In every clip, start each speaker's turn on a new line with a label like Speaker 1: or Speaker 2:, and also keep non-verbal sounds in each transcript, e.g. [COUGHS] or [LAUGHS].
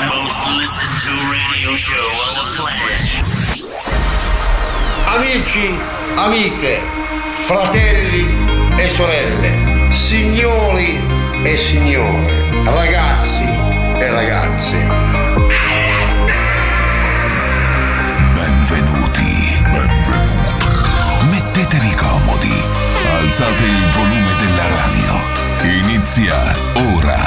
Speaker 1: Listen to radio show on the planet.
Speaker 2: Amici, amiche, fratelli e sorelle, signori e signore, ragazzi e ragazze,
Speaker 3: Benvenuti. Benvenuti. Mettetevi comodi. Alzate il volume della radio. Inizia ora.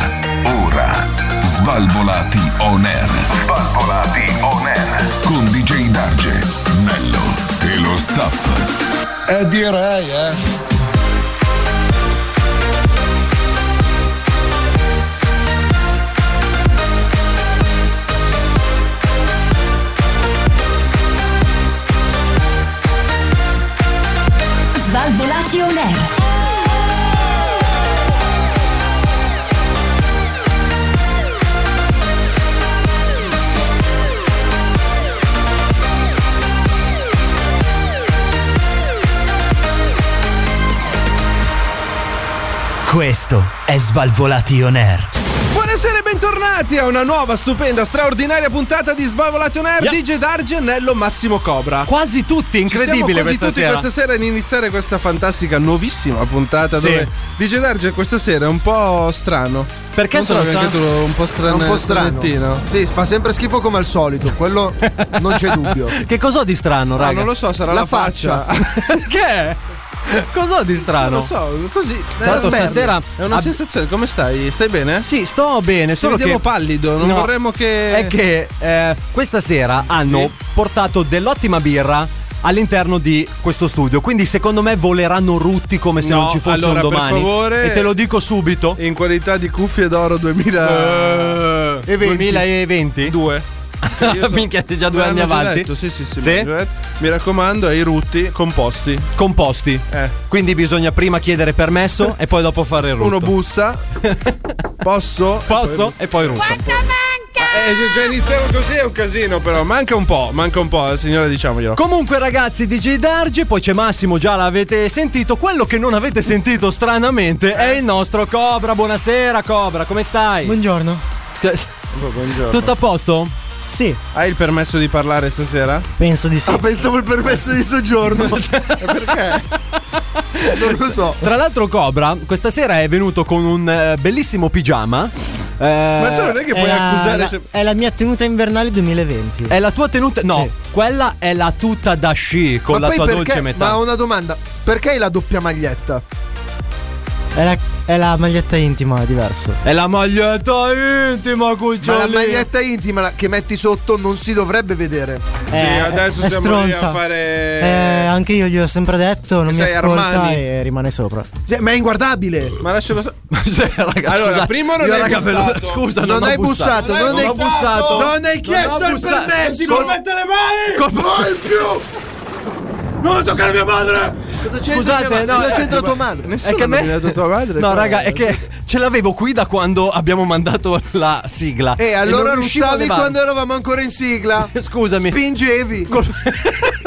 Speaker 3: Ora. Svalvolati on air. Svalvolati on air. Con DJ Darge, Nello e lo staff.
Speaker 4: Eh direi, eh.
Speaker 5: Svalvolati on air.
Speaker 6: Questo è Svalvolati On Air.
Speaker 7: Buonasera e bentornati a una nuova, stupenda, straordinaria puntata di Svalvolation Air
Speaker 6: Yes.
Speaker 7: DJ D'Argenello Massimo Cobra.
Speaker 6: Quasi tutti,
Speaker 7: Ci siamo
Speaker 6: incredibile
Speaker 7: quasi
Speaker 6: questa
Speaker 7: tutti
Speaker 6: sera.
Speaker 7: questa sera ad iniziare questa fantastica, nuovissima puntata
Speaker 6: Sì.
Speaker 7: dove DJ Darge questa sera è un po' strano.
Speaker 6: Perché
Speaker 7: non
Speaker 6: sono
Speaker 7: trovi anche
Speaker 6: strano?
Speaker 7: tu un po' strano.
Speaker 4: un po' strano. Sì, fa sempre schifo come al solito, quello non c'è dubbio.
Speaker 8: [LAUGHS] Che cos'ho di strano,
Speaker 7: Ah,
Speaker 8: raga?
Speaker 7: non lo so, sarà la,
Speaker 8: La faccia. [LAUGHS] Che è? Cos'ho di strano?
Speaker 7: Cioè. Non lo so, così. eh,
Speaker 8: l'altro
Speaker 7: sberle.
Speaker 8: stasera
Speaker 7: è una
Speaker 8: ab-
Speaker 7: sensazione, come stai? Stai bene?
Speaker 8: Sì, sto bene,
Speaker 7: Ci
Speaker 8: solo
Speaker 7: vediamo
Speaker 8: che
Speaker 7: pallido, non
Speaker 8: No.
Speaker 7: vorremmo che
Speaker 8: è che eh, questa sera hanno
Speaker 7: Sì.
Speaker 8: portato dell'ottima birra all'interno di questo studio, quindi secondo me voleranno rutti come se
Speaker 7: No,
Speaker 8: non ci fosse
Speaker 7: allora, per
Speaker 8: un domani.
Speaker 7: favore-
Speaker 8: E te lo dico subito.
Speaker 7: in qualità di cuffie d'oro Eh, 2000
Speaker 8: Eh, E 2020. [LAUGHS]
Speaker 7: 2002. Cioè,
Speaker 8: Minchia, sei già due anni avanti.
Speaker 7: Eh, Detto, sì, sì, sì,
Speaker 8: Sì?
Speaker 7: me l'hanno già detto. Mi raccomando, ai rutti composti.
Speaker 8: Composti.
Speaker 7: Eh.
Speaker 8: Quindi bisogna prima chiedere permesso e poi dopo fare il rutto.
Speaker 7: Uno
Speaker 8: [LAUGHS]
Speaker 7: bussa. Posso?
Speaker 8: Posso? E poi rutto.
Speaker 7: Eh, già iniziamo così, è un casino, però. Manca un po', manca un po', eh, signora, diciamoglielo.
Speaker 8: Comunque ragazzi, DJ Darge, poi c'è Massimo, già l'avete sentito. Quello che non avete sentito stranamente è
Speaker 4: Eh.
Speaker 8: il nostro Cobra. Buonasera Cobra, come stai?
Speaker 9: Buongiorno.
Speaker 7: Buongiorno.
Speaker 8: Tutto a posto?
Speaker 9: Sì,
Speaker 7: Hai il permesso di parlare stasera?
Speaker 9: penso di sì.
Speaker 4: Pensavo il Ah, permesso di soggiorno. Perché? Eh, Non lo so.
Speaker 8: Tra l'altro Cobra questa sera è venuto con un eh, bellissimo pigiama. Eh,
Speaker 7: Ma tu non è che
Speaker 9: È
Speaker 7: puoi
Speaker 9: la,
Speaker 7: accusare.
Speaker 9: la-
Speaker 7: se-
Speaker 9: è la mia tenuta invernale 2020.
Speaker 8: È la tua tenuta? No, quella è la tuta da sci con
Speaker 4: Ma
Speaker 8: la
Speaker 4: poi
Speaker 8: tua
Speaker 4: perché?
Speaker 8: dolce metà.
Speaker 4: Ma ho una domanda, perché hai la doppia maglietta?
Speaker 9: È la, è la maglietta intima, diverso.
Speaker 8: [LAUGHS] È la maglietta intima, cucciolino.
Speaker 4: Ma la maglietta intima la- che metti sotto non si dovrebbe vedere.
Speaker 8: Eh,
Speaker 9: è,
Speaker 7: Sì, adesso
Speaker 9: è
Speaker 7: siamo lì
Speaker 9: stronza.
Speaker 7: a fare.
Speaker 9: Eh, anche io gliel'ho sempre detto, non mi
Speaker 7: Sei
Speaker 9: ascolta
Speaker 7: Armani.
Speaker 9: e rimane sopra.
Speaker 4: Cioè, ma è inguardabile.
Speaker 7: Ma lascialo.
Speaker 8: [LAUGHS]
Speaker 7: sta-
Speaker 8: Cioè, raga,
Speaker 7: Allora,
Speaker 8: scusa,
Speaker 7: prima non
Speaker 8: io,
Speaker 7: hai
Speaker 8: raga, ve lo-
Speaker 7: bussato.
Speaker 8: [LAUGHS] Scusa,
Speaker 4: Non hai bussato, non hai-
Speaker 8: ho bussato.
Speaker 4: Non hai chiesto
Speaker 8: ho
Speaker 4: il
Speaker 8: bussato. Eh,
Speaker 4: permesso.
Speaker 8: Col-
Speaker 4: Non più!
Speaker 8: Non toccare mia madre!
Speaker 4: Cosa c'entra,
Speaker 8: Scusate, no,
Speaker 4: Cosa
Speaker 8: eh,
Speaker 4: c'entra tua
Speaker 8: ma-
Speaker 4: madre?
Speaker 7: Nessuno
Speaker 8: è che a me-
Speaker 7: ha nominato tua madre.
Speaker 8: No,
Speaker 7: Cioè,
Speaker 8: raga, è che ce l'avevo qui da quando abbiamo mandato la sigla.
Speaker 4: E Eh, allora
Speaker 8: non riuscivo a
Speaker 4: ruttavi
Speaker 8: levarla.
Speaker 4: quando eravamo ancora in sigla.
Speaker 8: [LAUGHS] Scusami.
Speaker 4: Spingevi. [LAUGHS]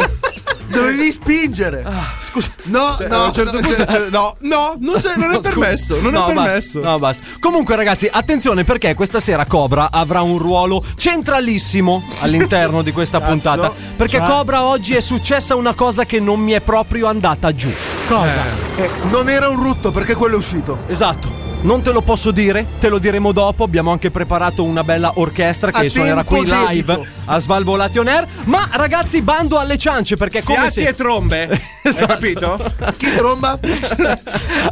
Speaker 4: Dovevi spingere.
Speaker 8: Ah, Scusa.
Speaker 4: No,
Speaker 7: cioè,
Speaker 4: no.
Speaker 7: a un certo punto.
Speaker 8: [LAUGHS]
Speaker 7: cioè, no, no, non, sei- non è permesso. Non
Speaker 8: No,
Speaker 7: è
Speaker 8: basta,
Speaker 7: permesso.
Speaker 8: no, basta. Comunque, ragazzi, attenzione perché questa sera Cobra avrà un ruolo centralissimo all'interno
Speaker 7: [LAUGHS]
Speaker 8: di questa puntata. Perché
Speaker 9: Cioè?
Speaker 8: Cobra oggi è successa una cosa che non mi è proprio andata giù.
Speaker 9: Cosa?
Speaker 4: Eh, non era un rutto perché quello è uscito.
Speaker 8: Esatto. Non te lo posso dire, te lo diremo dopo. Abbiamo anche preparato una bella orchestra che
Speaker 4: A
Speaker 8: suonerà
Speaker 4: tempo
Speaker 8: qui live
Speaker 4: debito.
Speaker 8: a Svalvolati On Air. Ma ragazzi, bando alle ciance perché come
Speaker 7: Fiati
Speaker 8: se... Esatto.
Speaker 7: e
Speaker 8: [LAUGHS]
Speaker 7: trombe. Hai capito?
Speaker 4: Chi tromba?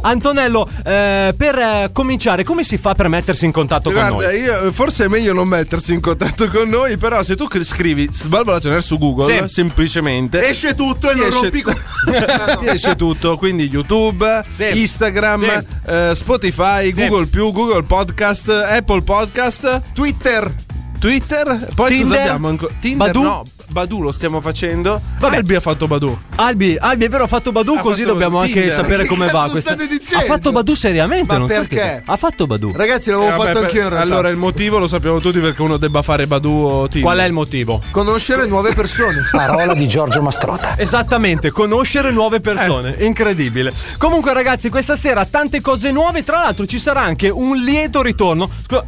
Speaker 8: Antonello, eh, per eh, cominciare, come si fa per mettersi in contatto con
Speaker 7: Guarda,
Speaker 8: noi?
Speaker 7: io, forse è meglio non mettersi in contatto con noi, però se tu cri- scrivi Svalvolationer su Google,
Speaker 8: Sì.
Speaker 7: semplicemente
Speaker 4: Esce tutto e
Speaker 7: Ti
Speaker 4: non
Speaker 7: esce-
Speaker 4: rompi co-
Speaker 7: [LAUGHS] ti esce tutto, quindi YouTube,
Speaker 8: Sì.
Speaker 7: Instagram,
Speaker 8: Sì.
Speaker 7: eh, Spotify,
Speaker 8: Sì.
Speaker 7: Google+, Google Podcast, Apple Podcast,
Speaker 4: Twitter.
Speaker 7: Twitter, poi
Speaker 8: Tinder?
Speaker 7: cosa abbiamo ancora? Tinder
Speaker 8: Badu?
Speaker 7: no, Badu lo stiamo facendo.
Speaker 8: Vabbè.
Speaker 7: Albi ha fatto Badu.
Speaker 8: Albi, Albi, è vero, ha fatto Badu,
Speaker 7: Ha
Speaker 8: così
Speaker 7: fatto
Speaker 8: dobbiamo
Speaker 7: Badu.
Speaker 8: anche
Speaker 7: Tinder.
Speaker 8: sapere
Speaker 4: Che
Speaker 8: come va
Speaker 4: cazzo
Speaker 8: questa.
Speaker 4: state dicendo?
Speaker 8: Ha fatto Badu seriamente,
Speaker 4: Ma
Speaker 8: non so
Speaker 4: perché?
Speaker 8: che- Ha fatto Badu.
Speaker 4: Ragazzi, l'avevo
Speaker 7: Eh, vabbè,
Speaker 4: fatto
Speaker 7: per-
Speaker 4: anch'io in realtà.
Speaker 7: Allora il motivo lo sappiamo tutti perché uno debba fare Badu o Tinder.
Speaker 8: Qual è il motivo?
Speaker 4: Conoscere nuove persone.
Speaker 10: Parola di Giorgio Mastrota.
Speaker 8: Esattamente, conoscere nuove persone,
Speaker 7: Eh.
Speaker 8: incredibile. Comunque ragazzi, questa sera tante cose nuove, tra l'altro ci sarà anche un lieto ritorno. Scusa,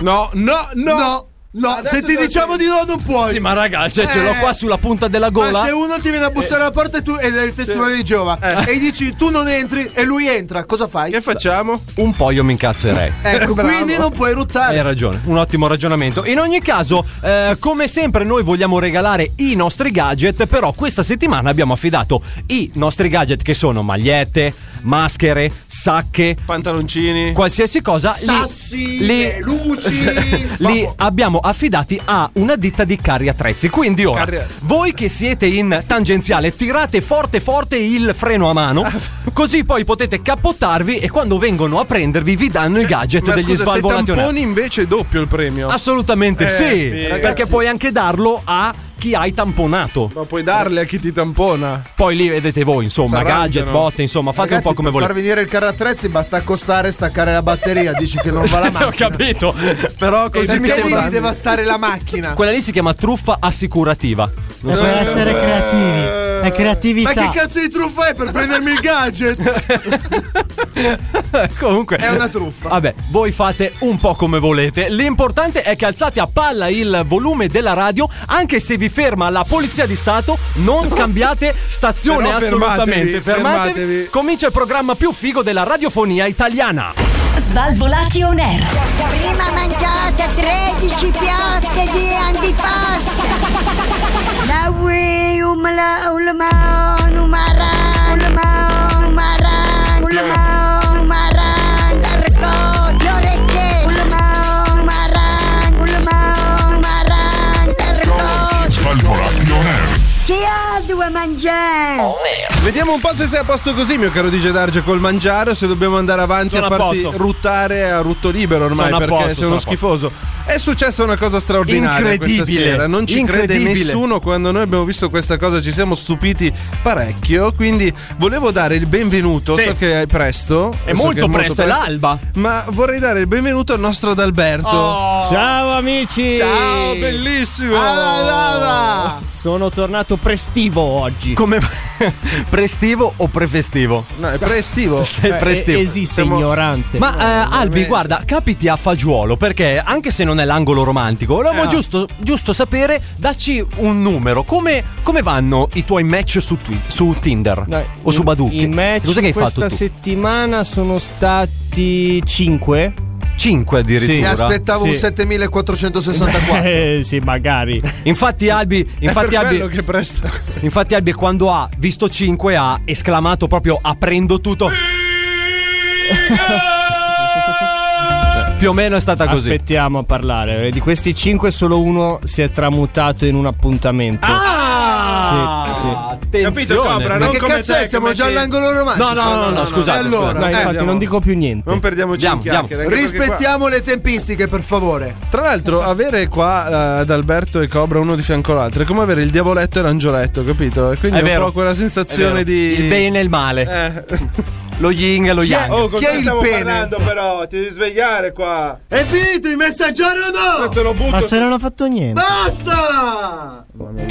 Speaker 7: No, no, no.
Speaker 4: No. No,
Speaker 7: Adesso
Speaker 4: se ti
Speaker 7: devo-
Speaker 4: diciamo di no, non puoi.
Speaker 8: Sì, ma raga, cioè, ce l'ho
Speaker 4: Eh.
Speaker 8: qua sulla punta della [LAUGHS] gola. Eh.
Speaker 4: Ma se uno ti viene a bussare alla porta e tu ed è il testimone di Geova e gli dici tu non entri e lui entra, cosa fai?
Speaker 7: Eh. Che facciamo?
Speaker 8: Un po' io mi incazzerei.
Speaker 4: Ecco, quindi non puoi ruttare.
Speaker 8: Hai ragione, un ottimo ragionamento. In ogni caso, eh, come sempre, noi vogliamo regalare i nostri gadget, però questa settimana abbiamo affidato i nostri gadget che sono magliette, maschere, sacche,
Speaker 7: Pantaloncini.
Speaker 8: qualsiasi cosa. li-
Speaker 4: Sassi, le luci.
Speaker 8: [LAUGHS] li abbiamo affidati a una ditta di carri attrezzi. Quindi ora,
Speaker 7: Carri-
Speaker 8: voi che siete in tangenziale, tirate forte forte il freno a mano,
Speaker 7: [LAUGHS]
Speaker 8: così poi potete cappottarvi e quando vengono a prendervi vi danno i gadget
Speaker 7: Ma
Speaker 8: degli
Speaker 7: scusa, se
Speaker 8: svalvolati.
Speaker 7: tamponi invece è doppio il premio.
Speaker 8: Assolutamente
Speaker 7: Eh,
Speaker 8: sì,
Speaker 7: figa.
Speaker 8: perché puoi anche darlo a chi hai tamponato.
Speaker 7: Ma puoi darle a chi ti tampona.
Speaker 8: Poi lì vedete voi, insomma,
Speaker 7: S'arrangiano.
Speaker 8: gadget, botte, insomma, fate un po' come
Speaker 4: per
Speaker 8: volete.
Speaker 4: far venire il carro attrezzi basta accostare e staccare la batteria. Dici che non va
Speaker 8: [LAUGHS]
Speaker 4: la
Speaker 8: Ho
Speaker 4: macchina.
Speaker 8: capito, però così mi
Speaker 4: Perché
Speaker 8: sembra...
Speaker 4: devi devastare la macchina? Eh,
Speaker 8: Quella lì si chiama truffa assicurativa.
Speaker 9: È per essere creativi. È
Speaker 4: Ma
Speaker 9: creatività.
Speaker 4: che cazzo di truffa è per prendermi il gadget?
Speaker 8: Comunque
Speaker 4: È una truffa.
Speaker 8: Vabbè, voi fate un po' come volete. L'importante è che alzate a palla il volume della radio, anche se vi ferma la polizia di Stato, non cambiate stazione
Speaker 7: Però fermatevi,
Speaker 8: assolutamente.
Speaker 7: fermatevi.
Speaker 8: Comincia il programma più figo della radiofonia italiana.
Speaker 5: Svalvolati on air.
Speaker 11: Prima mangiate 13 piatte di antipasto. La um, ui umla ulman umaran ulman umaran ulman umaran l'arco um, le orecchie Um, ulman umaran ulman umaran l'arco
Speaker 3: Svalvolati on air.
Speaker 11: um, chi ha due mangiare?
Speaker 7: Vediamo un po' se sei a posto così, mio caro DJ Darge, col mangiare o se dobbiamo andare avanti
Speaker 8: Sono
Speaker 7: a
Speaker 8: a
Speaker 7: farti
Speaker 8: posto.
Speaker 7: ruttare a rutto libero ormai
Speaker 8: Sono a
Speaker 7: perché
Speaker 8: posto,
Speaker 7: sei
Speaker 8: sono
Speaker 7: uno
Speaker 8: a
Speaker 7: schifoso. È successa una cosa straordinaria questa
Speaker 8: Incredibile,
Speaker 7: sera, non ci crede
Speaker 8: incredibile.
Speaker 7: nessuno quando noi abbiamo visto questa cosa, ci siamo stupiti parecchio, quindi volevo dare il benvenuto,
Speaker 8: Sì.
Speaker 7: so che è presto.
Speaker 8: È
Speaker 7: so
Speaker 8: molto
Speaker 7: che
Speaker 8: presto, è l'alba.
Speaker 7: Ma vorrei dare il benvenuto al nostro Adalberto.
Speaker 8: Oh.
Speaker 12: Ciao amici!
Speaker 7: Ciao, bellissimo!
Speaker 12: Sono tornato prestivo oggi.
Speaker 8: Come [LAUGHS] prestivo o prefestivo?
Speaker 7: No, è
Speaker 8: [LAUGHS]
Speaker 12: [LAUGHS]
Speaker 7: Eh, prestivo.
Speaker 8: Sei prestivo.
Speaker 12: E- Eh, esiste ignorante.
Speaker 8: Ma eh, Albi, guarda, capiti a fagiolo perché anche se non è l'angolo romantico,
Speaker 12: Ah.
Speaker 8: volevamo giusto, giusto sapere, dacci un numero. Come, come vanno i tuoi match su, Twi- su Tinder
Speaker 12: Dai,
Speaker 8: o su
Speaker 12: i-
Speaker 8: Baducchi?
Speaker 12: I match
Speaker 8: Cosa che hai
Speaker 12: questa
Speaker 8: fatto? tu?
Speaker 12: settimana sono stati 5.
Speaker 8: 5
Speaker 4: Mi
Speaker 8: addirittura.
Speaker 4: aspettavo un
Speaker 12: Sì.
Speaker 4: 7464.
Speaker 12: [LAUGHS] Eh, sì, magari.
Speaker 7: [LAUGHS]
Speaker 8: Infatti, Albi, infatti,
Speaker 7: per quello
Speaker 8: Albi,
Speaker 7: che presto.
Speaker 8: infatti, Albi, quando ha visto 5, ha esclamato proprio aprendo tutto. Più o meno è stata così.
Speaker 12: Aspettiamo a parlare. Di questi 5 solo uno si è tramutato in un appuntamento.
Speaker 8: Ah!
Speaker 12: Sì, sì.
Speaker 8: Attenzione.
Speaker 7: Capito, Cobra?
Speaker 4: Ma
Speaker 7: Non
Speaker 4: che
Speaker 7: come
Speaker 4: cazzo
Speaker 7: te,
Speaker 4: è? Siamo
Speaker 7: come
Speaker 4: già
Speaker 7: te.
Speaker 4: all'angolo romantico.
Speaker 8: No, no, no, no, scusate,
Speaker 4: Allora,
Speaker 12: No,
Speaker 8: scusate.
Speaker 4: eh,
Speaker 12: infatti non dico più niente.
Speaker 7: Non perdiamoci
Speaker 8: Andiamo,
Speaker 7: in chiacchiere. anche perché
Speaker 4: rispettiamo le tempistiche, per favore.
Speaker 7: qua- Tra l'altro, avere qua eh, ad Alberto e Cobra uno di fianco all'altro è come avere il diavoletto e l'angioletto, capito? E quindi
Speaker 8: È
Speaker 7: è,
Speaker 8: vero.
Speaker 7: un po' quella sensazione
Speaker 8: È vero.
Speaker 7: di.
Speaker 8: Il bene e il male.
Speaker 7: Eh.
Speaker 8: Lo yin e lo yang.
Speaker 7: Oh, con
Speaker 4: Chi
Speaker 7: te
Speaker 4: è il
Speaker 7: stiamo
Speaker 4: pene?
Speaker 7: parlando, però? Ti devi svegliare qua.
Speaker 4: È finito il messaggero no!
Speaker 7: Te lo butto.
Speaker 9: Ma se non ho fatto niente.
Speaker 4: Basta!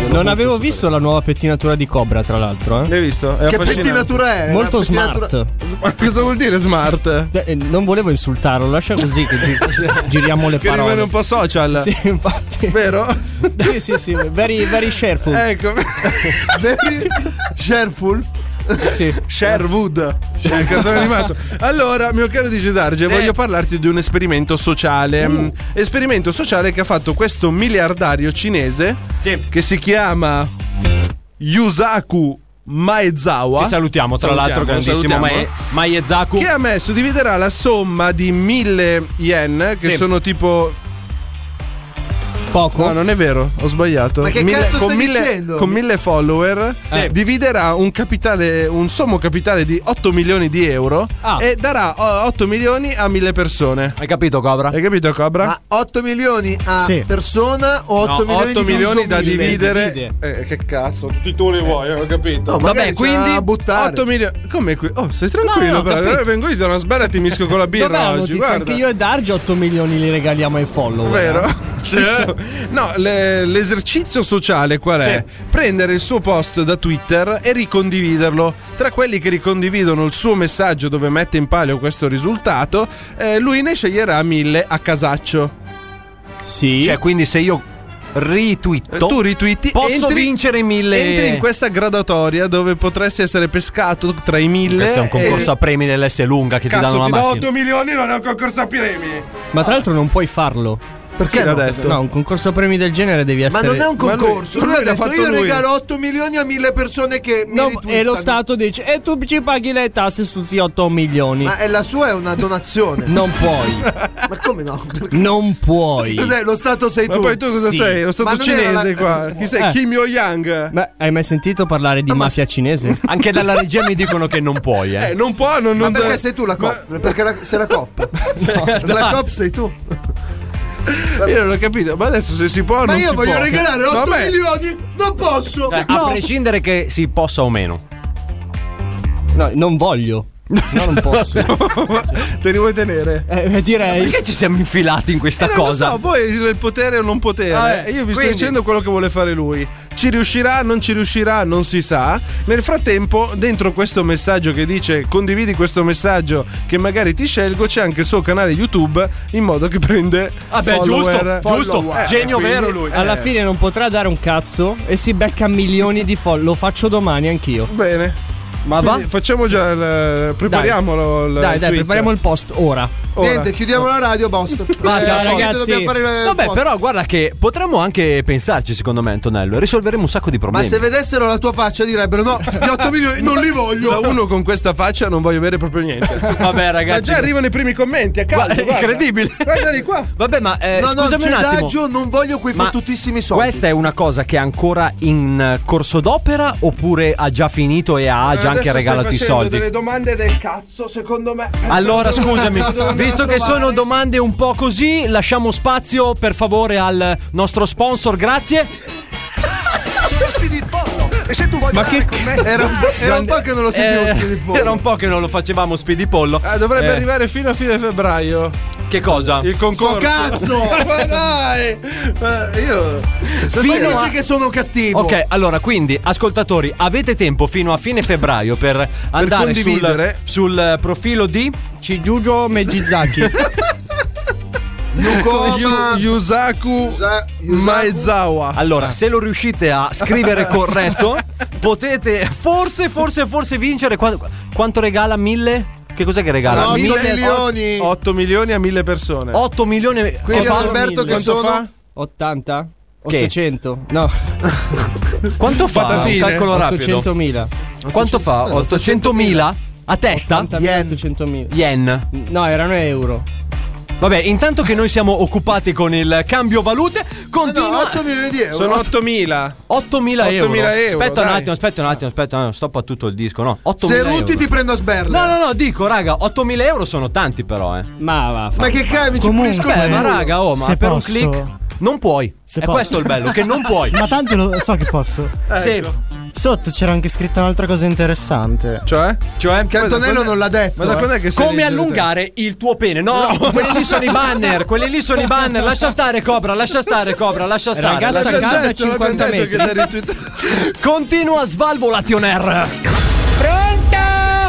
Speaker 12: Non avevo visto la nuova pettinatura di Cobra, tra l'altro. eh.
Speaker 7: L'hai visto? È
Speaker 4: Che
Speaker 7: affascinante.
Speaker 4: pettinatura è?
Speaker 12: Molto
Speaker 4: Una pettinatura-
Speaker 12: smart.
Speaker 7: Ma cosa vuol dire smart?
Speaker 12: Eh, Non volevo insultarlo, lascia così che
Speaker 4: [LAUGHS]
Speaker 12: gi- [LAUGHS] giriamo le
Speaker 7: Che
Speaker 12: parole.
Speaker 7: rimane un po' social.
Speaker 12: Sì, infatti.
Speaker 7: Vero?
Speaker 12: Sì, sì, sì, very, very shareful.
Speaker 7: ecco. Very Shareful. [LAUGHS]
Speaker 12: Sì.
Speaker 7: Sherwood, il cartone animato. Allora, mio caro DJ Darge, voglio parlarti di un esperimento sociale.
Speaker 8: Uh.
Speaker 7: Mm, Esperimento sociale che ha fatto questo miliardario cinese
Speaker 8: Sì.
Speaker 7: che si chiama Yusaku Maezawa.
Speaker 8: Che salutiamo, tra l'altro, grandissimo
Speaker 7: salutiamo.
Speaker 8: Mae- Maezaku.
Speaker 7: Che ha messo, dividerà la somma di 1000 yen, che
Speaker 8: Sì.
Speaker 7: sono tipo.
Speaker 12: Poco.
Speaker 7: No, non è vero, ho sbagliato.
Speaker 4: Ma che cazzo stai dicendo?
Speaker 7: Con 1000 follower eh,
Speaker 8: Sì.
Speaker 7: dividerà un capitale, un sommo capitale di 8 milioni di euro
Speaker 8: Ah.
Speaker 7: e darà oh, 8 milioni a 1000 persone.
Speaker 8: Hai capito, Cobra?
Speaker 7: Hai capito, Cobra?
Speaker 4: Ma 8 milioni a
Speaker 12: Sì.
Speaker 4: persona o 8
Speaker 7: No,
Speaker 4: milioni,
Speaker 7: 8
Speaker 4: di
Speaker 7: milioni
Speaker 4: uso
Speaker 7: da
Speaker 4: mille?
Speaker 7: dividere. Eh, che cazzo, tutti tu li vuoi, ho capito.
Speaker 4: No, magari
Speaker 8: Eh. Vabbè,
Speaker 4: c'è
Speaker 8: quindi
Speaker 4: da buttare.
Speaker 7: 8 milioni. Come qui? Oh, sei tranquillo,
Speaker 8: No, no,
Speaker 7: però.
Speaker 8: capito.
Speaker 7: Allora vengo io, da una sbarra e ti misco con la
Speaker 12: Dov'è la
Speaker 7: birra oggi.
Speaker 12: notizia?
Speaker 7: Guarda.
Speaker 12: Anche io e Darge 8 milioni li regaliamo ai follower.
Speaker 7: Vero?
Speaker 12: [LAUGHS] eh?
Speaker 7: No, le- l'esercizio sociale qual è? Prendere il suo post da Twitter e ricondividerlo. Tra quelli che ricondividono il suo messaggio dove mette in palio questo risultato, eh, lui ne sceglierà mille a casaccio.
Speaker 8: Sì. Cioè, quindi se io ritwitto,
Speaker 7: Eh, Tu ritwitti
Speaker 8: posso
Speaker 7: entri-
Speaker 8: vincere mille.
Speaker 7: Entri in questa gradatoria dove potresti essere pescato tra i mille.
Speaker 8: Questo è un concorso
Speaker 7: e-
Speaker 8: a premi dell'S lunga che ti
Speaker 7: Cazzo,
Speaker 8: danno la
Speaker 7: ti do
Speaker 8: macchina.
Speaker 7: 8 milioni, non è un concorso a premi.
Speaker 12: Ma tra l'altro non puoi farlo.
Speaker 7: Perché l'ha detto?
Speaker 12: No, un concorso a premi del genere devi
Speaker 4: Ma
Speaker 12: essere.
Speaker 4: non è un concorso.
Speaker 7: lui
Speaker 4: Lui, ha
Speaker 7: l'ha
Speaker 4: detto,
Speaker 7: fatto
Speaker 4: io
Speaker 7: lui."
Speaker 4: regalo 8 milioni a mille persone che mi
Speaker 12: No,
Speaker 4: ritwittano.
Speaker 12: e lo Stato dice: E tu ci paghi le tasse su questi 8 milioni.
Speaker 4: Ma è la sua è una donazione.
Speaker 12: Non puoi,
Speaker 4: [LAUGHS] Ma come no? Perché-
Speaker 12: non puoi.
Speaker 4: Cos'è? Lo Stato sei
Speaker 7: Ma
Speaker 4: tu.
Speaker 7: poi tu cosa
Speaker 12: Sì.
Speaker 7: sei? Lo
Speaker 4: Ma
Speaker 7: stato
Speaker 4: non era
Speaker 7: cinese
Speaker 4: la-
Speaker 7: qua. Chi sei?
Speaker 12: Eh.
Speaker 7: Kim Yo Yang.
Speaker 12: Ma hai mai sentito parlare di mafia cinese?
Speaker 8: Ah, [LAUGHS] Anche dalla regia mi dicono che non puoi, eh.
Speaker 12: [LAUGHS]
Speaker 7: Eh, non può, non.
Speaker 4: Ma
Speaker 7: non
Speaker 4: perché sei tu la coppa? Perché la- sei la
Speaker 7: [LAUGHS]
Speaker 4: coppa. la coppa sei tu.
Speaker 7: Io non ho capito. Ma adesso se si può.
Speaker 4: Ma
Speaker 7: non
Speaker 4: io
Speaker 7: si
Speaker 4: voglio
Speaker 7: può.
Speaker 4: regalare 8
Speaker 7: Vabbè.
Speaker 4: milioni, non posso.
Speaker 8: Cioè, A prescindere che si possa o meno.
Speaker 12: No,
Speaker 8: [LAUGHS]
Speaker 12: non voglio. No, non posso.
Speaker 7: Te li vuoi tenere?
Speaker 12: Eh, direi.
Speaker 8: Perché ci siamo infilati in questa
Speaker 7: Eh, non
Speaker 8: cosa?
Speaker 7: Lo so, poi il potere o non potere.
Speaker 8: Ah, eh.
Speaker 7: e io vi sto
Speaker 8: Quindi-
Speaker 7: dicendo quello che vuole fare lui. Ci riuscirà, non ci riuscirà, non si sa. Nel frattempo, dentro questo messaggio che dice condividi questo messaggio che magari ti scelgo, c'è anche il suo canale YouTube in modo che prende.
Speaker 8: Ah, beh,
Speaker 7: follower.
Speaker 12: eh.
Speaker 8: giusto, giusto.
Speaker 7: Follower.
Speaker 8: Genio
Speaker 7: quindi-
Speaker 8: vero lui.
Speaker 12: Alla
Speaker 7: eh,
Speaker 12: fine non potrà dare un cazzo e si becca milioni di follow. Lo faccio domani anch'io.
Speaker 7: Bene.
Speaker 12: Ma va?
Speaker 7: Quindi Facciamo già il. eh, Prepariamolo. il Oh.
Speaker 12: Dai, dai,
Speaker 7: tweet.
Speaker 12: prepariamo il post ora.
Speaker 7: Ora.
Speaker 4: Niente, chiudiamo la radio, basta.
Speaker 12: Ma
Speaker 4: Eh,
Speaker 12: ciao,
Speaker 4: no,
Speaker 12: ragazzi.
Speaker 4: dobbiamo fare eh, il
Speaker 8: Vabbè,
Speaker 4: post.
Speaker 8: però guarda che potremmo anche pensarci, secondo me, Antonello, e risolveremo un sacco di
Speaker 4: Ma
Speaker 8: problemi.
Speaker 4: se vedessero la tua faccia direbbero no, gli 8 milioni non li voglio.
Speaker 7: Da uno con questa faccia non voglio avere proprio niente.
Speaker 8: [LAUGHS] Vabbè,
Speaker 7: Ma
Speaker 8: ragazzi.
Speaker 7: già arrivano i primi commenti a caso.
Speaker 8: Guarda, è
Speaker 7: guarda.
Speaker 8: incredibile.
Speaker 7: Guardali qua.
Speaker 8: Vabbè, ma eh,
Speaker 4: No, no,
Speaker 8: scusami un attimo.
Speaker 4: Gedaggio, non voglio quei
Speaker 8: Ma
Speaker 4: fottutissimi soldi.
Speaker 8: Questa è una cosa che è ancora in eh, corso d'opera oppure ha già finito e Ah, ha
Speaker 4: Eh,
Speaker 8: già anche regalato i soldi?
Speaker 7: domande del cazzo, secondo me.
Speaker 4: [LAUGHS]
Speaker 8: Allora scusami, visto che sono domande un po' così, lasciamo spazio per favore al nostro sponsor, grazie.
Speaker 12: Ma che
Speaker 8: [LAUGHS]
Speaker 4: Era, era un po' che non lo sentivo
Speaker 8: Eh,
Speaker 4: scrivere.
Speaker 8: Era un po' che non lo facevamo Speedy Pollo.
Speaker 7: Ah, dovrebbe
Speaker 8: Eh,
Speaker 7: arrivare fino a fine febbraio
Speaker 8: Che cosa?
Speaker 7: il concorso.
Speaker 8: Eh,
Speaker 4: Sto cazzo!
Speaker 7: Ma dai! Eh, io.
Speaker 4: Fino a... che sono cattivo.
Speaker 8: Ok, allora quindi ascoltatori, avete tempo fino a fine febbraio per andare sul,
Speaker 7: condividere.
Speaker 8: sul eh, profilo di
Speaker 12: Cigiugio
Speaker 4: [LAUGHS]
Speaker 12: Megizaki.
Speaker 4: Yukoma-
Speaker 7: Yu- Yusaku
Speaker 4: Yusa- Yusaku-
Speaker 7: Maezawa.
Speaker 8: Allora, se lo riuscite a
Speaker 4: [LAUGHS]
Speaker 8: scrivere corretto, potete forse, forse, forse vincere. Quan- Quanto, regala? Mille? Che cos'è che regala?
Speaker 4: No,
Speaker 8: 1000
Speaker 4: otto milioni.
Speaker 7: 8 milioni a 1000 persone.
Speaker 8: 8 milioni.
Speaker 4: Quindi
Speaker 8: Cosa-
Speaker 4: Alberto che
Speaker 7: Quanto
Speaker 4: sono
Speaker 7: fa?
Speaker 12: 80?
Speaker 8: Che?
Speaker 12: 800? No,
Speaker 8: [LAUGHS] Quanto fa?
Speaker 7: Patatine.
Speaker 8: Un calcolo rapido.
Speaker 12: 800.000.
Speaker 8: Quanto fa? 800.000 a testa?
Speaker 12: 80.000, 800.000.
Speaker 8: Yen.
Speaker 12: No, erano euro.
Speaker 8: Vabbè, intanto che noi siamo occupati con il cambio valute,
Speaker 4: No,
Speaker 8: continua.
Speaker 4: 8 milioni di euro.
Speaker 7: Sono 8000.
Speaker 8: 8.000 euro.
Speaker 7: 8.000 euro,
Speaker 8: Aspetta un
Speaker 7: dai.
Speaker 8: attimo, aspetta un attimo, aspetta un attimo. Stoppa tutto il disco, no? 8.000
Speaker 4: Se
Speaker 8: euro.
Speaker 4: rutti ti prendo a sberle.
Speaker 8: No, no, no, dico, raga, 8.000 euro sono tanti però, eh.
Speaker 12: Ma va.
Speaker 4: Ma che cazzo, mi ci
Speaker 9: Comunque-
Speaker 4: pulisco
Speaker 8: Beh,
Speaker 4: il
Speaker 8: ma
Speaker 4: culo.
Speaker 8: raga, oh, ma
Speaker 9: Se
Speaker 8: per
Speaker 9: posso-
Speaker 8: un click non puoi.
Speaker 9: Se
Speaker 8: è
Speaker 9: posso.
Speaker 8: questo il bello, che non puoi.
Speaker 9: [LAUGHS] Ma tanto lo so che posso.
Speaker 7: Ecco.
Speaker 8: Sì,
Speaker 9: Sotto c'era anche scritta un'altra cosa interessante.
Speaker 7: Cioè?
Speaker 8: cioè,
Speaker 4: Che Antonello non l'ha detto.
Speaker 7: Ma da quando è che sei
Speaker 8: come
Speaker 7: lì,
Speaker 8: allungare il tuo pene? No, quelli lì sono i banner, quelli lì sono i banner. Lascia stare Cobra, lascia stare Cobra, lascia stare.
Speaker 12: Ragazza
Speaker 8: Lascia-
Speaker 7: L'abbiamo
Speaker 12: calda a
Speaker 7: detto, l'abbiamo
Speaker 12: 50
Speaker 7: detto
Speaker 12: metri.
Speaker 7: che l'hai retweetato.
Speaker 8: Continua Svalvolation Air.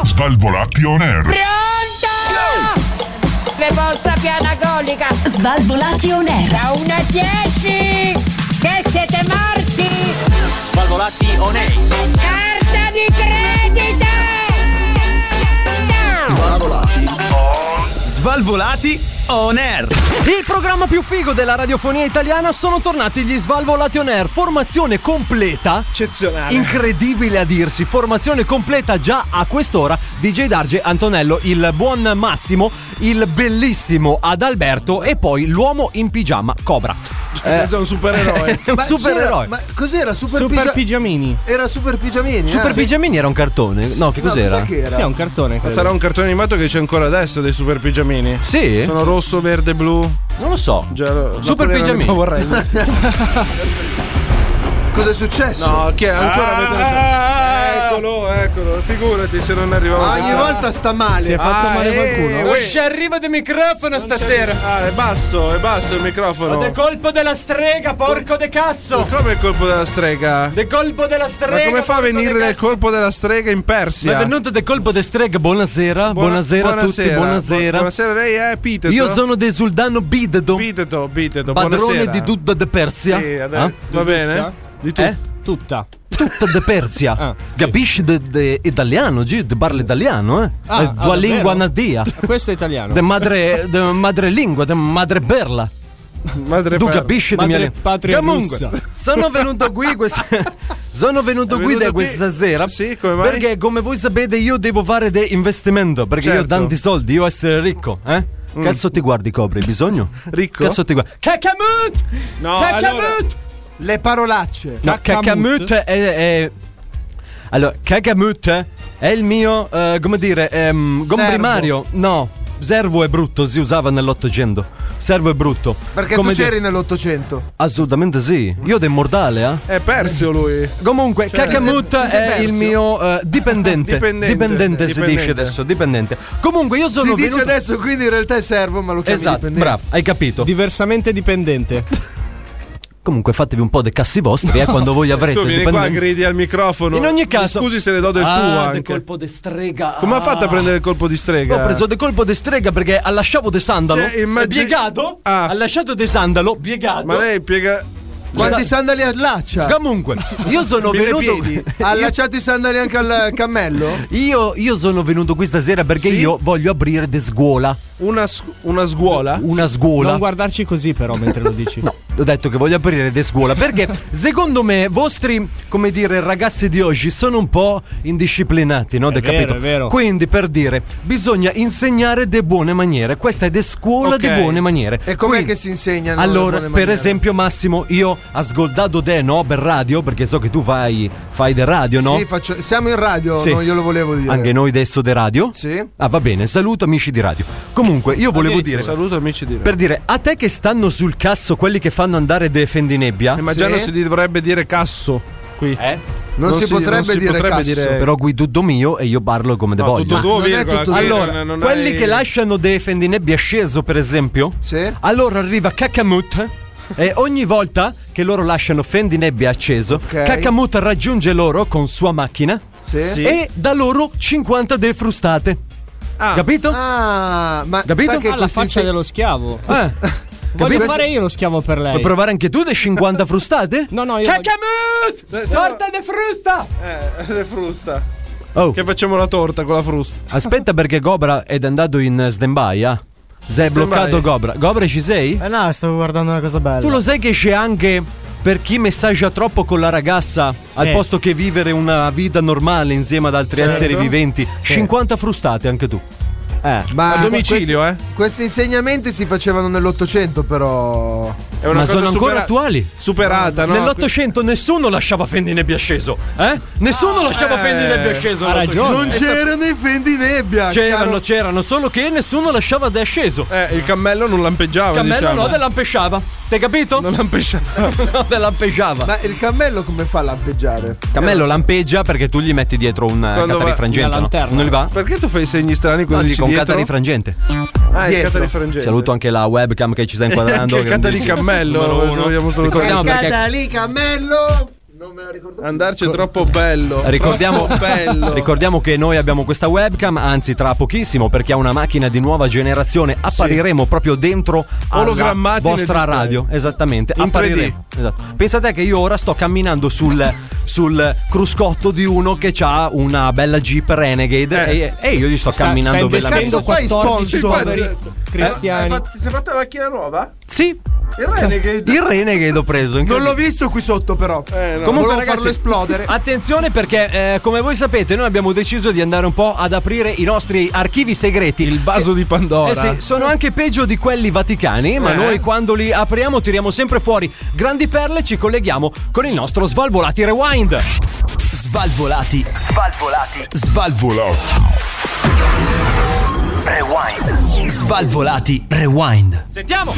Speaker 3: Svalvolati on air.
Speaker 11: Le vostra pianagolica
Speaker 5: Svalvolation Air.
Speaker 11: da 1 a 10! Che siete morti! Svalvolati o Carta di credito!
Speaker 6: Svalvolati on air.
Speaker 8: Il programma più figo della radiofonia italiana sono tornati gli Svalvolation Air. Formazione completa.
Speaker 7: Eccezionale.
Speaker 8: Incredibile a dirsi, formazione completa già a quest'ora. DJ Darge, Antonello, il buon Massimo, il bellissimo Adalberto e poi l'uomo in pigiama, Cobra.
Speaker 7: Eh. Sei un supereroe.
Speaker 8: È [LAUGHS] un
Speaker 4: Ma
Speaker 8: supereroe.
Speaker 4: c'era- Ma cos'era? Super,
Speaker 12: Super
Speaker 4: pigia-
Speaker 12: pigiamini.
Speaker 4: Era super pigiamini.
Speaker 8: Super
Speaker 4: eh?
Speaker 8: Pigiamini era un cartone? No, che
Speaker 4: No,
Speaker 8: cos'era?
Speaker 4: cos'è che era?
Speaker 12: Sì, è un cartone. credo.
Speaker 7: Sarà un cartone animato che c'è ancora adesso dei super pigiamini.
Speaker 8: Sì?
Speaker 7: Sono rosso, verde, blu.
Speaker 8: Non lo so.
Speaker 7: Già,
Speaker 8: Super
Speaker 7: quelli erano i
Speaker 8: Pigiamini.
Speaker 7: Power Rangers.
Speaker 4: [LAUGHS] Cosa è successo?
Speaker 7: No, che ancora avete
Speaker 8: Ah!
Speaker 7: ragione. Eccolo, eccolo, figurati se non arrivava.
Speaker 4: Ah, Ogni
Speaker 7: questa-
Speaker 4: volta sta male. Si è fatto
Speaker 7: Ah,
Speaker 4: male qualcuno?
Speaker 7: uè.
Speaker 13: Ci arriva Eh, di microfono stasera.
Speaker 7: Ah, è basso, è basso il microfono.
Speaker 13: Ma è colpo della strega, porco de
Speaker 7: Ma
Speaker 13: cazzo.
Speaker 7: come il colpo della strega?
Speaker 13: De colpo della strega.
Speaker 7: Ma come fa a venire il colpo della strega in Persia?
Speaker 8: Benvenuto del colpo de strega, buonasera,
Speaker 7: Buona-
Speaker 8: buonasera, a tutti,
Speaker 7: buonasera.
Speaker 8: buonasera.
Speaker 7: Buonasera, lei è Piteto?
Speaker 8: Io sono De Sultano Bidedo.
Speaker 7: Bidedo, Bidedo,
Speaker 8: Padrone
Speaker 7: buonasera.
Speaker 8: di tutta de Persia. Eh?
Speaker 7: Sì, adesso- va bene? Di tu-
Speaker 8: Tutta. Tutta de Persia. Capisci de, de italiano, G, de parla italiano, eh?
Speaker 12: Ah,
Speaker 8: Eh,
Speaker 12: ah,
Speaker 8: tua lingua
Speaker 12: davvero?
Speaker 8: natia.
Speaker 12: Questo è italiano.
Speaker 8: De madre, de madrelingua, de madreberla.
Speaker 7: Madre
Speaker 8: tu
Speaker 7: per-
Speaker 8: capisci
Speaker 7: Madre
Speaker 8: di mia
Speaker 7: patria
Speaker 8: Comunque,
Speaker 7: russa.
Speaker 8: sono venuto qui
Speaker 7: [LAUGHS]
Speaker 8: questa sono venuto
Speaker 7: È
Speaker 8: qui
Speaker 7: venuto
Speaker 8: da
Speaker 7: qui-
Speaker 8: questa sera
Speaker 7: Sì, come mai?
Speaker 8: perché come voi sapete io devo fare dei investimento perché io ho
Speaker 7: Certo. Mm.
Speaker 8: tanti soldi, io essere ricco, eh? Cazzo ti guardi copri, bisogno?
Speaker 7: Ricco?
Speaker 8: Cazzo ti guardi.
Speaker 13: Cacamut!
Speaker 7: No,
Speaker 13: Cacamut!
Speaker 4: Le parolacce.
Speaker 8: No, Kakamut è, è- Allora, Kakamut è il mio, eh, come dire, ehm,
Speaker 4: Servo.
Speaker 8: gombrimario. No, servo è brutto, si usava nell'Ottocento. Servo è brutto.
Speaker 4: Perché
Speaker 8: Come
Speaker 4: tu
Speaker 8: dire-
Speaker 4: c'eri nell'Ottocento.
Speaker 8: Assolutamente sì, io dei mordale, eh.
Speaker 7: È Persio lui.
Speaker 8: Comunque,
Speaker 7: Cioè,
Speaker 8: Kakamut
Speaker 7: ti sei- ti sei
Speaker 8: è
Speaker 7: perso.
Speaker 8: il mio eh, dipendente.
Speaker 7: Dipendente.
Speaker 8: si
Speaker 7: Dipendente.
Speaker 8: dice adesso, dipendente. Comunque io sono
Speaker 4: Si dice
Speaker 8: venuto-
Speaker 4: adesso, quindi in realtà è servo, ma lo chiami
Speaker 8: Esatto,
Speaker 4: dipendente.
Speaker 8: bravo, hai capito.
Speaker 12: Diversamente dipendente.
Speaker 8: [LAUGHS] Comunque fatevi un po' dei cassi vostri, eh, quando voi avrete
Speaker 7: Tu vieni qua,
Speaker 8: dipendenti.
Speaker 7: gridi al microfono.
Speaker 8: In ogni caso-
Speaker 7: Mi Scusi se le do del tuo
Speaker 8: Ah, del
Speaker 7: anche.
Speaker 8: colpo di strega. Ah.
Speaker 7: Come ha fatto a prendere il colpo di strega?
Speaker 8: Ho preso del colpo di strega perché ha lasciato De Sandalo.
Speaker 7: Cioè, immagini-
Speaker 8: Piegato.
Speaker 7: Ah.
Speaker 8: Ha lasciato De Sandalo. Piegato.
Speaker 7: Ma lei piega.
Speaker 4: Quanti sandali allaccia?
Speaker 8: Comunque, [LAUGHS] io sono
Speaker 7: Mille
Speaker 8: venuto.
Speaker 7: piedi.
Speaker 4: Ha allacciato i sandali anche al cammello?
Speaker 8: Io, io sono venuto qui stasera perché
Speaker 7: Sì?
Speaker 8: io voglio aprire de scuola.
Speaker 7: Una, s- una scuola?
Speaker 8: Una scuola.
Speaker 12: Non guardarci così, però, mentre lo dici.
Speaker 8: [LAUGHS] No, ho detto che voglio aprire de scuola
Speaker 12: [LAUGHS]
Speaker 8: perché secondo me vostri, come dire, ragazzi di oggi sono un po' indisciplinati, no? De
Speaker 12: vero,
Speaker 8: capito?
Speaker 12: è vero.
Speaker 8: Quindi per dire, bisogna insegnare de buone maniere. Questa è de scuola
Speaker 7: Ok.
Speaker 8: de buone maniere.
Speaker 4: E com'è
Speaker 8: Quindi-
Speaker 4: che si insegnano? le
Speaker 8: Eh, Allora,
Speaker 4: buone
Speaker 8: per
Speaker 4: maniere?
Speaker 8: esempio, Massimo, io ascoltato te no per radio, perché so che tu fai, fai del radio, no?
Speaker 4: Sì, faccio- siamo in radio,
Speaker 8: Sì.
Speaker 4: no, io lo volevo dire.
Speaker 8: Anche noi adesso de radio?
Speaker 4: Sì.
Speaker 8: Ah, va bene, saluto amici di radio. Comunque, io volevo dire.
Speaker 7: Ah, Saluto amici di
Speaker 8: Per dire, a te che stanno sul cazzo quelli che fanno andare de fendinebbia,
Speaker 7: Eh, Ma già
Speaker 4: Sì.
Speaker 7: non si dovrebbe dire casso qui.
Speaker 8: eh?
Speaker 4: Non, si, potrebbe
Speaker 7: non si
Speaker 4: dire
Speaker 7: potrebbe
Speaker 4: cazzo.
Speaker 7: dire-
Speaker 8: però qui tutto mio e io parlo come te
Speaker 7: No,
Speaker 8: voglio.
Speaker 7: tutto tuo,
Speaker 4: non è
Speaker 7: virgola.
Speaker 4: tutto
Speaker 7: qui
Speaker 4: tuo.
Speaker 7: non-
Speaker 8: Allora,
Speaker 7: non
Speaker 8: quelli
Speaker 7: hai-
Speaker 8: che lasciano dei fendinebbia sceso, per esempio,
Speaker 4: Sì.
Speaker 8: allora arriva Kakamut. E ogni volta che loro lasciano fendinebbia acceso,
Speaker 4: Ok.
Speaker 8: Kakamut raggiunge loro con sua macchina
Speaker 4: Sì.
Speaker 8: e da loro 50 defrustate. Capito?
Speaker 4: Ah, ma
Speaker 8: Capito?
Speaker 4: sa che
Speaker 12: Alla
Speaker 4: questi
Speaker 12: faccia
Speaker 4: [LAUGHS] inseg-
Speaker 12: dello schiavo.
Speaker 8: Eh,
Speaker 12: Voglio
Speaker 8: capito?
Speaker 12: fare io lo schiavo per lei.
Speaker 8: Puoi provare anche tu
Speaker 4: [LAUGHS]
Speaker 8: le 50 frustate?
Speaker 12: No, no, io.
Speaker 13: Cacamut! Porta de frusta!
Speaker 7: Eh, le frusta.
Speaker 8: Oh,
Speaker 7: Che facciamo la torta con la frusta?
Speaker 8: aspetta perché Gobra è andato in stand-by, ah. Si è
Speaker 7: Stand-by.
Speaker 8: bloccato Gobra. Gobra ci sei?
Speaker 9: Eh no, stavo guardando una cosa bella.
Speaker 8: Tu lo sai che c'è anche per chi messaggia troppo con la ragazza al posto che vivere una vita normale insieme ad altri
Speaker 7: Certo.
Speaker 8: esseri viventi? 50 frustate anche tu. Eh.
Speaker 4: Ma
Speaker 7: A domicilio,
Speaker 4: questi, eh? Questi insegnamenti si facevano nell'Ottocento, però.
Speaker 7: È una
Speaker 8: Ma
Speaker 7: cosa
Speaker 8: sono ancora
Speaker 7: supera-
Speaker 8: attuali?
Speaker 7: Superata, no?
Speaker 8: Nell'Ottocento nessuno lasciava Fendi nebbia sceso, eh? Nessuno lasciava
Speaker 7: eh,
Speaker 8: Fendi nebbia sceso.
Speaker 12: ha
Speaker 8: nell'Ottocento.
Speaker 12: ragione.
Speaker 4: Non c'erano i fendi nebbia.
Speaker 8: C'erano,
Speaker 4: caro-
Speaker 8: c'erano, solo che nessuno lasciava de sceso.
Speaker 7: Eh, il cammello non lampeggiava,
Speaker 8: Cammello
Speaker 7: diciamo.
Speaker 8: no, te lampesciava. T'hai capito?
Speaker 7: Non lampeggiava.
Speaker 8: [LAUGHS] no, te lampeggiava.
Speaker 4: Ma il cammello come fa a lampeggiare?
Speaker 8: Cammello lampeggia perché tu gli metti dietro un eh,
Speaker 7: Quando va-
Speaker 8: catarifrangente.
Speaker 12: una
Speaker 8: no?
Speaker 12: lanterna.
Speaker 8: Non gli va?
Speaker 7: Perché tu fai segni strani
Speaker 8: No,
Speaker 7: quando dici
Speaker 8: dico un
Speaker 7: dietro?
Speaker 8: catarifrangente.
Speaker 7: Ah, il
Speaker 4: Eh, Dietro.
Speaker 7: catarifrangente.
Speaker 8: Saluto anche la webcam che ci sta inquadrando.
Speaker 7: Anche il catali
Speaker 8: grandissimo.
Speaker 7: cammello.
Speaker 8: Numero
Speaker 7: se
Speaker 8: uno.
Speaker 7: Vogliamo salutare.
Speaker 8: Ricordiamo perché-
Speaker 4: lì, cammello. Non me la ricordo.
Speaker 7: Andarci è troppo
Speaker 8: Eh,
Speaker 7: bello.
Speaker 4: [LAUGHS]
Speaker 8: Ricordiamo,
Speaker 7: Troppo bello.
Speaker 8: ricordiamo che noi abbiamo questa webcam, anzi tra pochissimo, perché è una macchina di nuova generazione, appariremo proprio dentro alla
Speaker 7: Ologrammati nel
Speaker 8: vostra
Speaker 7: display.
Speaker 8: radio. Esattamente,
Speaker 7: In 3D.
Speaker 8: appariremo. Esatto. Pensate che io ora sto
Speaker 4: [LAUGHS]
Speaker 8: camminando sul, sul cruscotto di uno che ha una bella Jeep Renegade e, e io gli sto camminando bellamente.
Speaker 4: investendo Eh. fai sponsor? Eh,
Speaker 7: Eh, Hai
Speaker 12: cristiani.
Speaker 7: fatto- ti sei fatta la macchina nuova?
Speaker 8: Sì,
Speaker 7: Il Renegade.
Speaker 8: il Renegade ho preso.
Speaker 4: Non
Speaker 8: incredibile.
Speaker 4: l'ho visto qui sotto, però.
Speaker 7: Eh, no.
Speaker 4: Comunque,
Speaker 8: Comunque,
Speaker 4: Volevo
Speaker 8: ragazzi, Ah,
Speaker 4: farlo
Speaker 8: [LAUGHS]
Speaker 4: esplodere.
Speaker 8: Attenzione perché, eh, come voi sapete, noi abbiamo deciso di andare un po' ad aprire i nostri archivi segreti.
Speaker 7: Il vaso di Pandora.
Speaker 8: Eh sì, sono anche peggio di quelli vaticani, ma
Speaker 7: Eh.
Speaker 8: noi quando li apriamo tiriamo sempre fuori grandi perle e ci colleghiamo con il nostro Svalvolati Rewind.
Speaker 6: Svalvolati. Svalvolati. Svalvolati. Rewind. Svalvolati. Rewind.
Speaker 13: Sentiamo!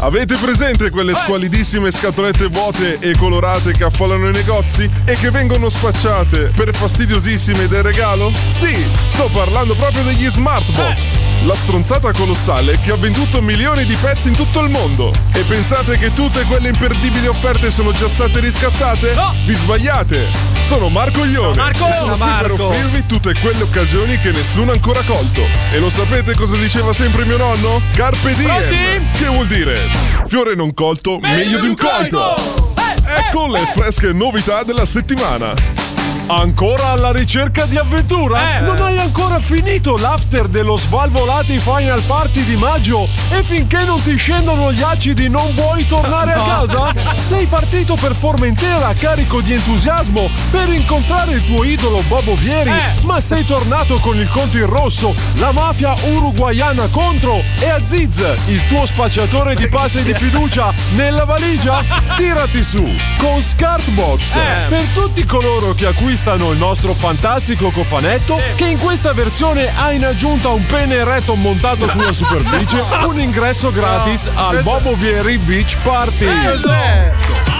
Speaker 14: Avete presente quelle squalidissime scatolette vuote e colorate che affollano i negozi e che vengono spacciate per fastidiosissime del regalo? Sì, sto parlando proprio degli Smart Box. La stronzata colossale che ha venduto milioni di pezzi in tutto il mondo. E pensate che tutte quelle imperdibili offerte sono già state riscattate? No! Vi sbagliate! Sono Marco Ione.
Speaker 11: Marco!
Speaker 14: e
Speaker 11: Ciao,
Speaker 14: sono qui per
Speaker 11: Marco!
Speaker 14: offrirvi offrirvi tutte quelle occasioni che nessuno ha ancora colto. E lo sapete cosa diceva sempre mio nonno? Carpe diem! Che vuol dire? Fiore non colto, meglio, di un colto! Ecco le fresche novità della settimana. Ancora alla ricerca di avventura?
Speaker 15: Non hai ancora finito l'after dello Svalvolati Final Party di maggio e finché non ti scendono gli acidi non vuoi tornare
Speaker 11: No.
Speaker 15: a casa? Sei partito per Formentera carico di entusiasmo per incontrare il tuo idolo Bobo Vieri, ma sei tornato con il conto in rosso, la mafia uruguaiana contro e Aziz, il tuo spacciatore di paste di fiducia nella valigia? Tirati su con Scartbox
Speaker 14: Eh.
Speaker 15: per tutti coloro che acquistano il nostro fantastico cofanetto che in questa versione ha in aggiunta un pene eretto montato sulla superficie un ingresso gratis al Bobo Vieri Beach Party
Speaker 4: Eh,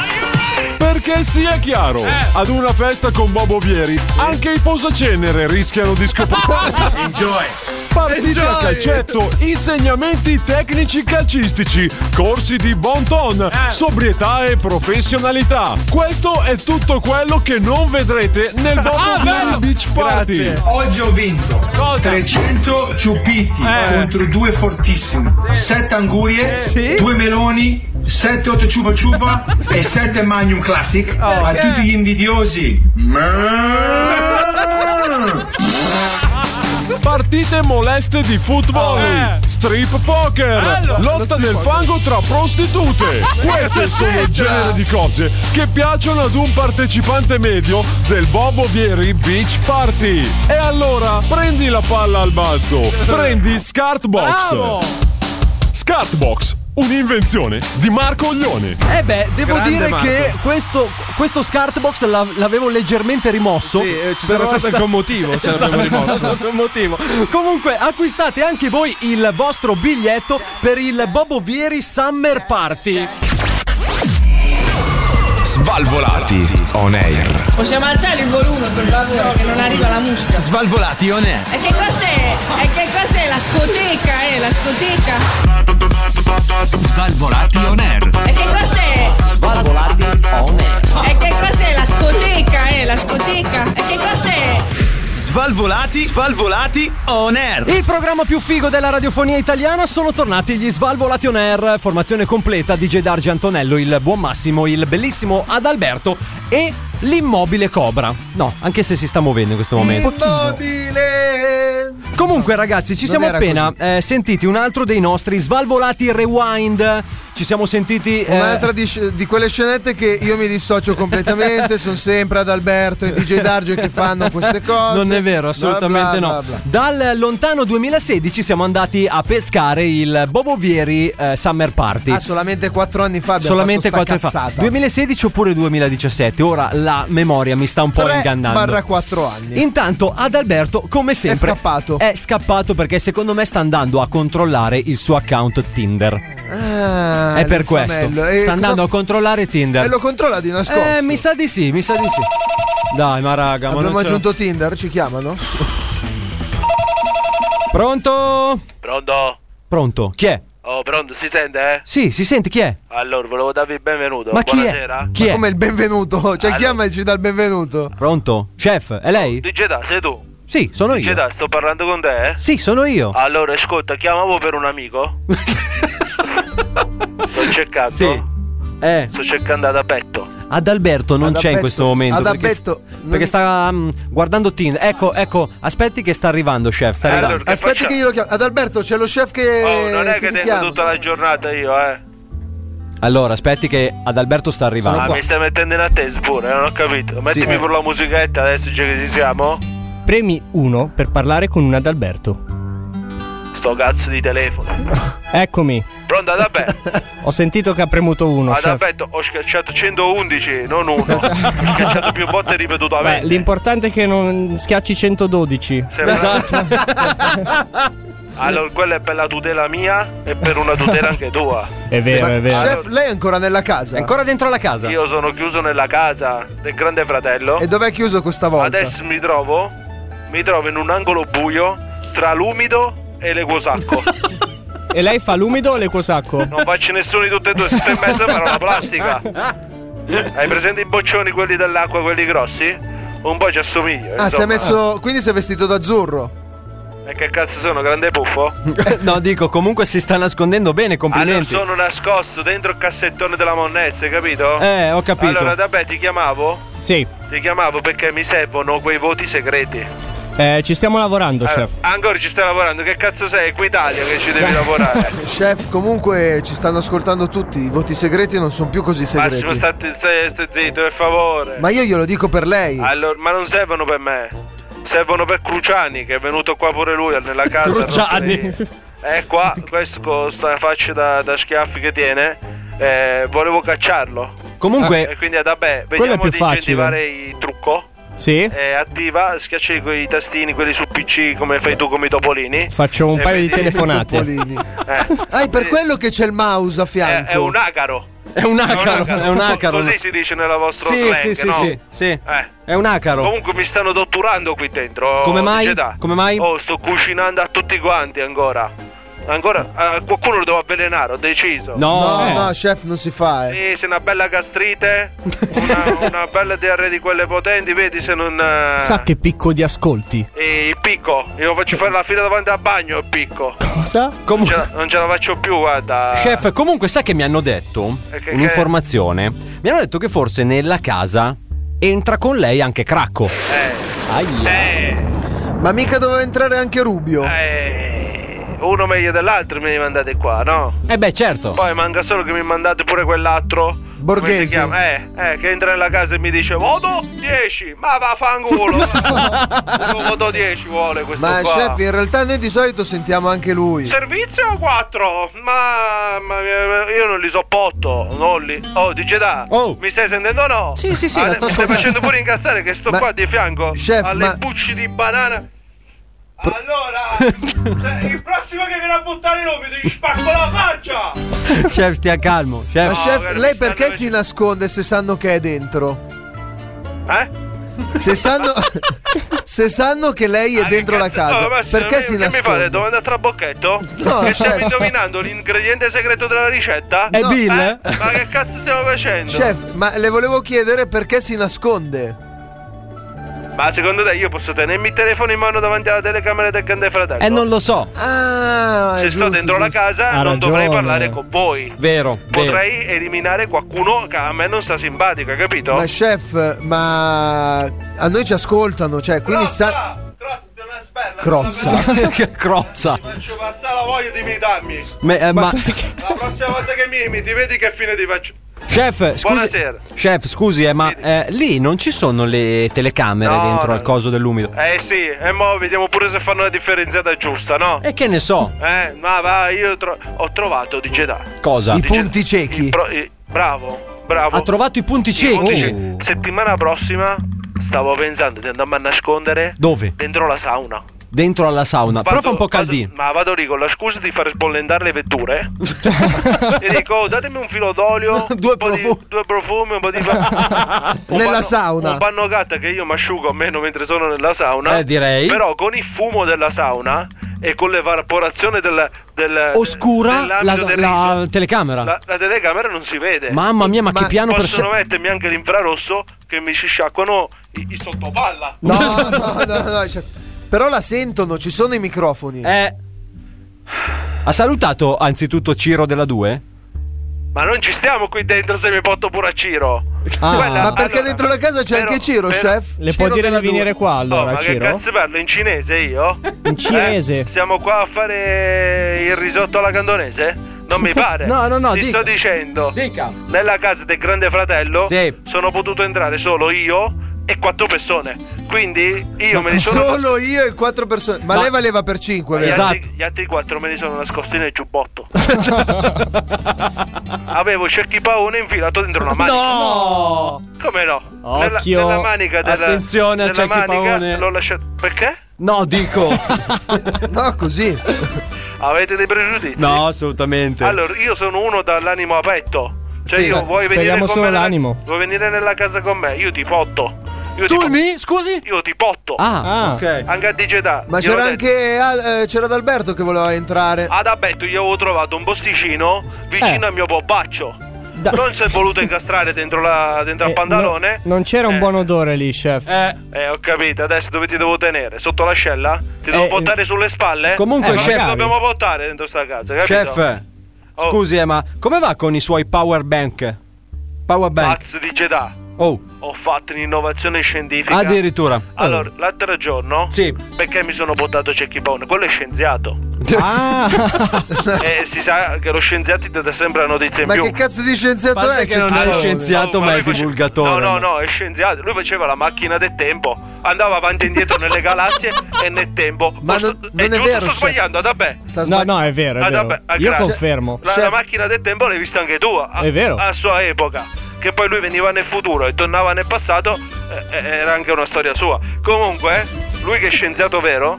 Speaker 15: perché sia chiaro, ad una festa con Bobo Vieri, anche i posacenere rischiano di scopare. Enjoy! Partite a
Speaker 14: Enjoy.
Speaker 15: calcetto, insegnamenti tecnici calcistici, corsi di bon ton, sobrietà e professionalità. Questo è tutto quello che non vedrete nel Bobo
Speaker 11: Ah,
Speaker 15: Vieri
Speaker 11: bello.
Speaker 15: Beach Party.
Speaker 11: Grazie. Oggi ho vinto 300 ciupiti
Speaker 16: Eh.
Speaker 11: contro due fortissimi, 7 angurie, 2 meloni, 7-8
Speaker 16: [LAUGHS]
Speaker 11: ciupa ciupa e 7 magnum classic.
Speaker 16: Oh.
Speaker 11: A tutti gli invidiosi.
Speaker 15: Partite moleste di foot volley, strip poker,
Speaker 11: Oh, eh. Bello. Eh,
Speaker 15: lotta nel fango tra prostitute. Queste sono il genere di cose che piacciono ad un partecipante medio del Bobo Vieri Beach Party. E allora prendi la palla al balzo, prendi Scartbox.
Speaker 11: Bravo.
Speaker 8: Eh
Speaker 15: Scartbox, un'invenzione di Marco Oglione.
Speaker 8: Eh beh, devo
Speaker 15: Grande
Speaker 8: dire
Speaker 15: Marco.
Speaker 8: che questo, questo scartbox l'av- l'avevo leggermente rimosso. Sì,
Speaker 17: eh, ci sarà stato anche un
Speaker 8: [LAUGHS]
Speaker 17: motivo se l'abbiamo rimosso.
Speaker 8: esatto, motivo. Comunque, acquistate anche voi il vostro biglietto per il Bobo Vieri Summer Party.
Speaker 18: Svalvolati on air.
Speaker 16: Possiamo alzare il volume per favore, che non arriva la musica.
Speaker 18: Svalvolati on air.
Speaker 16: E che cos'è? E che cos'è la scoteca, eh? La scoteca?
Speaker 18: Svalvolati on air.
Speaker 16: E che cos'è?
Speaker 18: Svalvolati on air.
Speaker 16: E che cos'è la scoteca, eh? La scoteca? E che cos'è?
Speaker 18: Svalvolati, svalvolati on air.
Speaker 8: Il programma più figo della radiofonia italiana sono tornati gli Svalvolati on Air, formazione completa DJ Dargi Antonello, il buon Massimo, il bellissimo Adalberto e l'immobile Cobra. No, anche se si sta muovendo in questo momento. Comunque ragazzi, ci
Speaker 12: Non
Speaker 8: siamo
Speaker 12: era
Speaker 8: appena eh, sentiti un altro dei nostri Svalvolati Rewind. Ci siamo sentiti eh,
Speaker 4: Un'altra di, sc- di quelle scenette che io mi dissocio completamente, sono sempre ad Alberto e DJ Darge che fanno queste cose.
Speaker 8: Non è vero, assolutamente
Speaker 4: Bla, bla,
Speaker 8: no.
Speaker 4: bla, bla.
Speaker 8: Dal lontano 2016 siamo andati a pescare il Bobo Vieri eh, Summer Party.
Speaker 4: Ah, solamente quattro anni fa abbiamo
Speaker 8: Solamente
Speaker 4: fatto sta
Speaker 8: quattro anni fa.
Speaker 4: cazzata.
Speaker 8: 2016 oppure 2017. Ora la memoria mi sta un po'
Speaker 4: Tre
Speaker 8: ingannando.
Speaker 4: barra quattro anni.
Speaker 8: Intanto Adalberto, come sempre, è scappato. È scappato perché secondo me sta andando a controllare il suo account Tinder.
Speaker 4: Ah,
Speaker 8: è per questo.
Speaker 4: l'infamello. E
Speaker 8: sta andando
Speaker 4: cosa-
Speaker 8: a controllare Tinder.
Speaker 4: E lo controlla di nascosto.
Speaker 8: Eh, mi sa di sì, mi sa di sì. Dai, ma raga, ma
Speaker 4: Abbiamo
Speaker 8: non ce la-
Speaker 4: aggiunto Tinder, ci chiamano?
Speaker 8: Pronto?
Speaker 7: Pronto?
Speaker 8: Pronto? Chi è?
Speaker 7: Oh, pronto, si sente, eh?
Speaker 8: Sì, si sente chi è?
Speaker 7: Allora, volevo darvi il benvenuto.
Speaker 8: Ma chi è?
Speaker 7: Buonasera.
Speaker 8: Chi è?
Speaker 4: Come il benvenuto? Cioè,
Speaker 7: Allora.
Speaker 4: chiama e ci dà il benvenuto.
Speaker 8: Pronto? Chef, è lei?
Speaker 7: DJ Da, sei tu?
Speaker 8: Sì, sono
Speaker 7: DJ
Speaker 8: io.
Speaker 7: Da, sto parlando con te, eh?
Speaker 8: Sì, sono io.
Speaker 7: Allora, ascolta, chiamavo per un
Speaker 8: [LAUGHS]
Speaker 7: amico. Sto cercando.
Speaker 8: Sì. Eh.
Speaker 7: Sto cercando ad petto.
Speaker 8: Adalberto non c'è in
Speaker 7: Adalberto-
Speaker 8: questo momento.
Speaker 7: Adalberto
Speaker 8: Perché,
Speaker 7: non-
Speaker 8: perché sta mm, guardando Tinder. Ecco, ecco, aspetti che sta arrivando, chef. Sta arrivando.
Speaker 7: Eh, Allora, che
Speaker 4: Aspetti
Speaker 7: facciamo?
Speaker 4: che io lo chiamo. Ad Alberto, c'è lo chef Eh, che.
Speaker 7: Oh, non è che
Speaker 4: ti
Speaker 7: tengo
Speaker 4: chiama.
Speaker 7: tutta la giornata io, eh.
Speaker 8: Allora, aspetti che Adalberto sta
Speaker 7: Ah,
Speaker 8: arrivando.
Speaker 7: mi stai mettendo in attesa pure, non ho capito. Mettimi
Speaker 12: eh.
Speaker 7: per la musichetta adesso già che ci siamo.
Speaker 12: Premi 1 per parlare con un Adalberto.
Speaker 7: Sto cazzo di telefono.
Speaker 12: Eccomi.
Speaker 7: Pronto
Speaker 8: [LAUGHS]
Speaker 7: ad aperto?
Speaker 12: Ho sentito che ha premuto 1.
Speaker 7: Ad aperto Ah, ho schiacciato 111, non uno. ho schiacciato più volte
Speaker 12: Beh,
Speaker 7: ripetutamente.
Speaker 12: l'importante è che non schiacci 112.
Speaker 7: Sembra- [LAUGHS] Allora, quella è per la tutela mia e per una tutela anche tua.
Speaker 4: È
Speaker 7: vero, è vero.
Speaker 4: Chef, lei è ancora nella casa? È
Speaker 8: ancora dentro la casa?
Speaker 7: Io sono chiuso nella casa del grande fratello.
Speaker 4: E dov'è chiuso questa volta?
Speaker 7: Adesso mi trovo, mi trovo in un angolo buio tra l'umido e l'equosacco.
Speaker 12: E lei fa l'umido o l'equosacco?
Speaker 7: Non faccio nessuno di tutte e due, sto in mezzo però la plastica. Hai presente i boccioni, quelli dell'acqua, quelli grossi? Un po' ci assomiglio.
Speaker 4: Ah, si è
Speaker 7: insomma.
Speaker 4: messo.
Speaker 7: [LAUGHS]
Speaker 4: Quindi si è vestito d'azzurro.
Speaker 7: E che cazzo sono, grande Ah, puffo?
Speaker 8: [LAUGHS] no, dico, comunque si sta nascondendo bene,
Speaker 7: Allora
Speaker 8: complimenti.
Speaker 7: sono nascosto dentro il cassettone della monnezza, hai capito?
Speaker 8: Eh, ho capito.
Speaker 7: Allora, vabbè, ti chiamavo?
Speaker 12: Sì,
Speaker 7: Ti chiamavo perché mi servono quei voti segreti.
Speaker 12: eh, ci stiamo lavorando,
Speaker 7: Allora,
Speaker 12: chef.
Speaker 7: ancora ci stai lavorando, che cazzo sei? È qui Italia che ci devi lavorare.
Speaker 4: Chef, comunque ci stanno ascoltando tutti. I voti segreti non sono più così segreti.
Speaker 7: Massimo, state, stai, stai zitto, per favore.
Speaker 4: Ma io glielo dico per lei.
Speaker 7: Allora, ma non servono per me. Servono per Cruciani, che è venuto qua pure lui nella casa. E Eh, qua, questo con sta faccia da, da schiaffi che tiene, eh, volevo cacciarlo.
Speaker 12: Comunque-
Speaker 7: E quindi, eh, vabbè,
Speaker 12: quello è
Speaker 7: vediamo
Speaker 12: più
Speaker 7: di
Speaker 12: facile.
Speaker 7: incentivare il trucco.
Speaker 12: Sì.
Speaker 7: Eh, attiva, schiacci quei tastini, quelli sul PC come fai tu con i topolini.
Speaker 12: Faccio un
Speaker 7: E
Speaker 12: paio di
Speaker 7: eh, vedi-
Speaker 12: telefonate.
Speaker 7: Eh,
Speaker 4: Ah, è per quello che c'è il mouse a fianco.
Speaker 7: è un acaro.
Speaker 8: È un acaro, è un acaro.
Speaker 7: Così si dice nella vostra
Speaker 8: Sì,
Speaker 7: slang,
Speaker 8: sì, sì,
Speaker 7: no?
Speaker 8: sì, sì.
Speaker 7: Eh.
Speaker 8: È un acaro.
Speaker 7: Comunque mi stanno torturando qui dentro.
Speaker 8: Come mai?
Speaker 7: dice da.
Speaker 8: Come mai?
Speaker 7: Oh, sto cucinando a tutti quanti ancora. Ancora? a qualcuno lo devo avvelenare, ho deciso.
Speaker 8: eh.
Speaker 4: no, no, chef, non si fa. Eh.
Speaker 7: Sì, se una bella gastrite, una, una
Speaker 8: [LAUGHS]
Speaker 7: bella diarrea di quelle potenti, vedi se non. eh,
Speaker 12: Sa che picco di ascolti.
Speaker 7: eh, il picco, io faccio fare la fila davanti al bagno, il picco.
Speaker 12: Cosa?
Speaker 7: Non ce, la, non ce la faccio più, guarda.
Speaker 8: Chef, comunque sai che mi hanno detto
Speaker 7: Eh, che-
Speaker 8: un'informazione. Mi hanno detto che forse nella casa entra con lei anche Cracco.
Speaker 7: eh.
Speaker 8: Aia.
Speaker 4: Ma mica doveva entrare anche Rubio.
Speaker 7: Eh, Uno meglio dell'altro me li mandate qua, no?
Speaker 8: Eh beh, certo.
Speaker 7: Poi manca solo che mi mandate pure quell'altro.
Speaker 4: Borghese.
Speaker 7: Come si chiama? Eh, eh, che entra nella casa e mi dice voto 10, ma
Speaker 1: [LAUGHS]
Speaker 7: va fanculo. Uno voto 10 vuole questo
Speaker 4: Ma
Speaker 7: qua.
Speaker 4: chef, in realtà noi di solito sentiamo anche lui.
Speaker 7: Servizio 4, ma, ma eh, io non li soppotto, non li. Oh, dice da, mi stai sentendo o no?
Speaker 8: Sì, sì, sì, la
Speaker 7: Ade-
Speaker 8: sto
Speaker 7: Mi stai
Speaker 8: ascoltando.
Speaker 7: facendo pure incazzare che sto
Speaker 4: Ma-
Speaker 7: qua di fianco
Speaker 4: Chef,
Speaker 7: alle
Speaker 4: ma-
Speaker 7: bucce di banana. Allora, se- il prossimo che viene a buttare l'uomo ti spacco la faccia!
Speaker 8: [LAUGHS] chef, stia calmo. Chef.
Speaker 4: Ma chef,
Speaker 7: guarda,
Speaker 4: lei
Speaker 7: mi stanno
Speaker 4: perché si nasconde se sanno che è dentro?
Speaker 7: Eh?
Speaker 4: Se sanno, se sanno che lei è dentro la casa,
Speaker 7: Oh, ma signora,
Speaker 4: perché si
Speaker 7: che mi fate
Speaker 4: nasconde?
Speaker 7: domanda a trabocchetto?
Speaker 4: No,
Speaker 7: che stiamo
Speaker 4: chef.
Speaker 7: indovinando l'ingrediente segreto della ricetta?
Speaker 4: È
Speaker 7: No.
Speaker 4: Bill,
Speaker 7: Eh? Ma che cazzo stiamo facendo?
Speaker 4: Chef, ma le volevo chiedere perché si nasconde.
Speaker 7: Ma secondo te io posso tenermi il telefono in mano davanti alla telecamera del grande fratello?
Speaker 8: Eh, non lo so.
Speaker 4: Ah,
Speaker 7: Se
Speaker 4: è
Speaker 7: sto
Speaker 4: giusto,
Speaker 7: dentro la
Speaker 4: giusto.
Speaker 7: casa
Speaker 8: Ha
Speaker 7: non dovrei
Speaker 8: ragione.
Speaker 7: parlare con voi.
Speaker 8: Vero, vero.
Speaker 7: Potrei eliminare qualcuno che a me non sta simpatico, hai capito?
Speaker 4: Ma chef, ma a noi ci ascoltano, cioè, quindi sa Crozza.
Speaker 8: che crozza.
Speaker 7: Faccio passare la voglia di imitarmi.
Speaker 8: Ma, eh, ma-
Speaker 7: La prossima volta che mi imiti, vedi che fine ti faccio.
Speaker 8: chef, scusi,
Speaker 7: Buonasera.
Speaker 8: chef, scusi, eh, ma eh, lì non ci sono le telecamere
Speaker 7: No,
Speaker 8: dentro
Speaker 7: no,
Speaker 8: al coso dell'umido.
Speaker 7: Eh sì, e mo vediamo pure se fanno la differenziata giusta, no?
Speaker 8: E che ne so,
Speaker 7: Eh, ma va, io tro- ho trovato di Jedi.
Speaker 8: cosa?
Speaker 4: I punti ciechi.
Speaker 7: Pro- eh, bravo, bravo.
Speaker 8: Ha trovato i
Speaker 7: Punti
Speaker 8: punti ciechi. Oh.
Speaker 7: ciechi. Settimana prossima stavo pensando di andarmi a nascondere
Speaker 8: Dove?
Speaker 7: dentro la sauna.
Speaker 8: Dentro alla sauna. Però fa un po'
Speaker 7: vado-
Speaker 8: caldino.
Speaker 7: ma vado lì con la scusa di far sbollentare le
Speaker 8: [LAUGHS]
Speaker 7: vetture. e dico, "Oh, datemi un filo d'olio,
Speaker 8: Due
Speaker 7: un po' di-
Speaker 8: profumi."
Speaker 7: due profumi, un po' di.
Speaker 8: [LAUGHS]
Speaker 7: un
Speaker 4: Nella
Speaker 7: panno-
Speaker 4: sauna.
Speaker 7: Un panno gatta che io mi asciugo almeno mentre sono nella sauna.
Speaker 8: Eh, direi.
Speaker 7: Però con il fumo della sauna e con l'evaporazione del. del
Speaker 8: Oscura la,
Speaker 7: dell'ambito del
Speaker 8: la
Speaker 7: riso,
Speaker 8: telecamera.
Speaker 7: la- la telecamera non si vede.
Speaker 8: Mamma mia, ma,
Speaker 4: Ma
Speaker 8: che piano per
Speaker 7: Possono mettermi anche l'infrarosso che mi si sciacquano i, i sottopalla.
Speaker 4: No,
Speaker 7: [LAUGHS]
Speaker 4: no, no, no, chef. Però la sentono, ci sono i microfoni.
Speaker 8: Eh. Ha salutato anzitutto Ciro della 2?
Speaker 7: Ma non ci stiamo qui dentro se mi porto pure a Ciro.
Speaker 12: Ah.
Speaker 4: ma perché
Speaker 7: allora,
Speaker 4: dentro la casa c'è
Speaker 7: però-
Speaker 4: anche Ciro,
Speaker 7: però-
Speaker 4: chef?
Speaker 12: Le
Speaker 4: Ciro
Speaker 12: può dire
Speaker 4: della
Speaker 12: di venire
Speaker 4: due.
Speaker 12: qua allora,
Speaker 7: oh, ma
Speaker 12: Ciro?
Speaker 7: che cazzo parlo in cinese io? Eh,
Speaker 12: In cinese.
Speaker 7: Siamo qua a fare il risotto alla cantonese? Non mi pare.
Speaker 8: [LAUGHS] No, no, no,
Speaker 7: Ti
Speaker 8: dica.
Speaker 7: sto dicendo.
Speaker 8: Dica.
Speaker 7: Nella casa del grande fratello
Speaker 8: Sì.
Speaker 7: sono potuto entrare solo io e quattro persone. Quindi io me ne sono
Speaker 4: Solo io e quattro persone. Ma,
Speaker 8: Ma-
Speaker 4: lei valeva per cinque,
Speaker 7: Gli
Speaker 4: vero?
Speaker 8: Esatto.
Speaker 7: altri- Gli altri quattro me li sono nascosti nel
Speaker 4: [LAUGHS]
Speaker 7: giubbotto. Avevo cerchi paone infilato dentro una manica.
Speaker 8: No!
Speaker 7: Come no?
Speaker 12: Occhio.
Speaker 7: Nella, nella manica della,
Speaker 8: Attenzione a
Speaker 7: nella
Speaker 8: cerchi
Speaker 7: manica
Speaker 8: paone.
Speaker 7: l'ho lasciato. Perché?
Speaker 8: No, [LAUGHS] dico.
Speaker 4: no, così.
Speaker 7: Avete dei pregiudizi?
Speaker 8: No, assolutamente.
Speaker 7: Allora, io sono uno dall'animo a petto. Cioè,
Speaker 12: Sì,
Speaker 7: io vuoi venire,
Speaker 12: speriamo
Speaker 7: con
Speaker 12: solo
Speaker 7: me nella-
Speaker 12: l'animo.
Speaker 7: vuoi venire nella casa con me? Io ti potto. Io
Speaker 4: Tu
Speaker 7: ti
Speaker 8: mi? Scusi?
Speaker 7: Io ti potto.
Speaker 4: Ah, ah. ok.
Speaker 7: Anche a DJ Da.
Speaker 4: Ma
Speaker 7: gliel'ho
Speaker 4: c'era
Speaker 7: detto.
Speaker 4: anche Al- eh, c'era D'Alberto che voleva entrare.
Speaker 7: Ad Abetto io avevo trovato un posticino vicino al mio bobbaccio. Non si è voluto incastrare dentro, la, dentro al pantalone.
Speaker 12: Non c'era un buon odore lì, chef.
Speaker 7: Eh. ho capito, adesso dove ti devo tenere? Sotto l'ascella? Ti devo
Speaker 12: Eh,
Speaker 7: portare sulle spalle?
Speaker 8: comunque,
Speaker 7: Eh, ma
Speaker 8: chef-
Speaker 7: che dobbiamo portare dentro sta casa, capito?
Speaker 8: Chef,
Speaker 7: Oh.
Speaker 8: scusi, eh, ma come va con i suoi power bank? Power bank.
Speaker 7: Cazzo di Jeddah.
Speaker 8: Oh,
Speaker 7: Ho fatto un'innovazione scientifica.
Speaker 8: addirittura.
Speaker 7: Allora, l'altro giorno, perché mi sono portato Cecchi Bone? Quello è scienziato.
Speaker 8: [LAUGHS]
Speaker 4: Ah,
Speaker 7: e si sa che lo scienziati ti dà sempre la notizia in
Speaker 4: Ma
Speaker 7: più.
Speaker 4: che cazzo di scienziato
Speaker 7: Guarda
Speaker 4: è?
Speaker 7: che non è
Speaker 4: Cecchi Bone?
Speaker 8: scienziato, ma è
Speaker 7: No,
Speaker 8: divulgatore.
Speaker 7: Oh, no, no, è scienziato. Lui faceva la macchina del tempo, andava avanti e indietro nelle
Speaker 12: [LAUGHS]
Speaker 7: galassie e nel tempo. Ma
Speaker 12: non è vero,
Speaker 7: Sto
Speaker 12: chef.
Speaker 7: sbagliando, vabbè.
Speaker 12: No, no, è vero, è
Speaker 7: Ah,
Speaker 12: vero.
Speaker 7: vabbè, ah,
Speaker 12: Io
Speaker 7: grazie.
Speaker 12: confermo.
Speaker 7: La, la macchina del tempo l'hai vista anche tu. A,
Speaker 12: È vero.
Speaker 7: A sua epoca. Che poi lui veniva nel futuro e tornava nel passato. eh, eh, era anche una storia sua. Comunque, lui che è scienziato vero,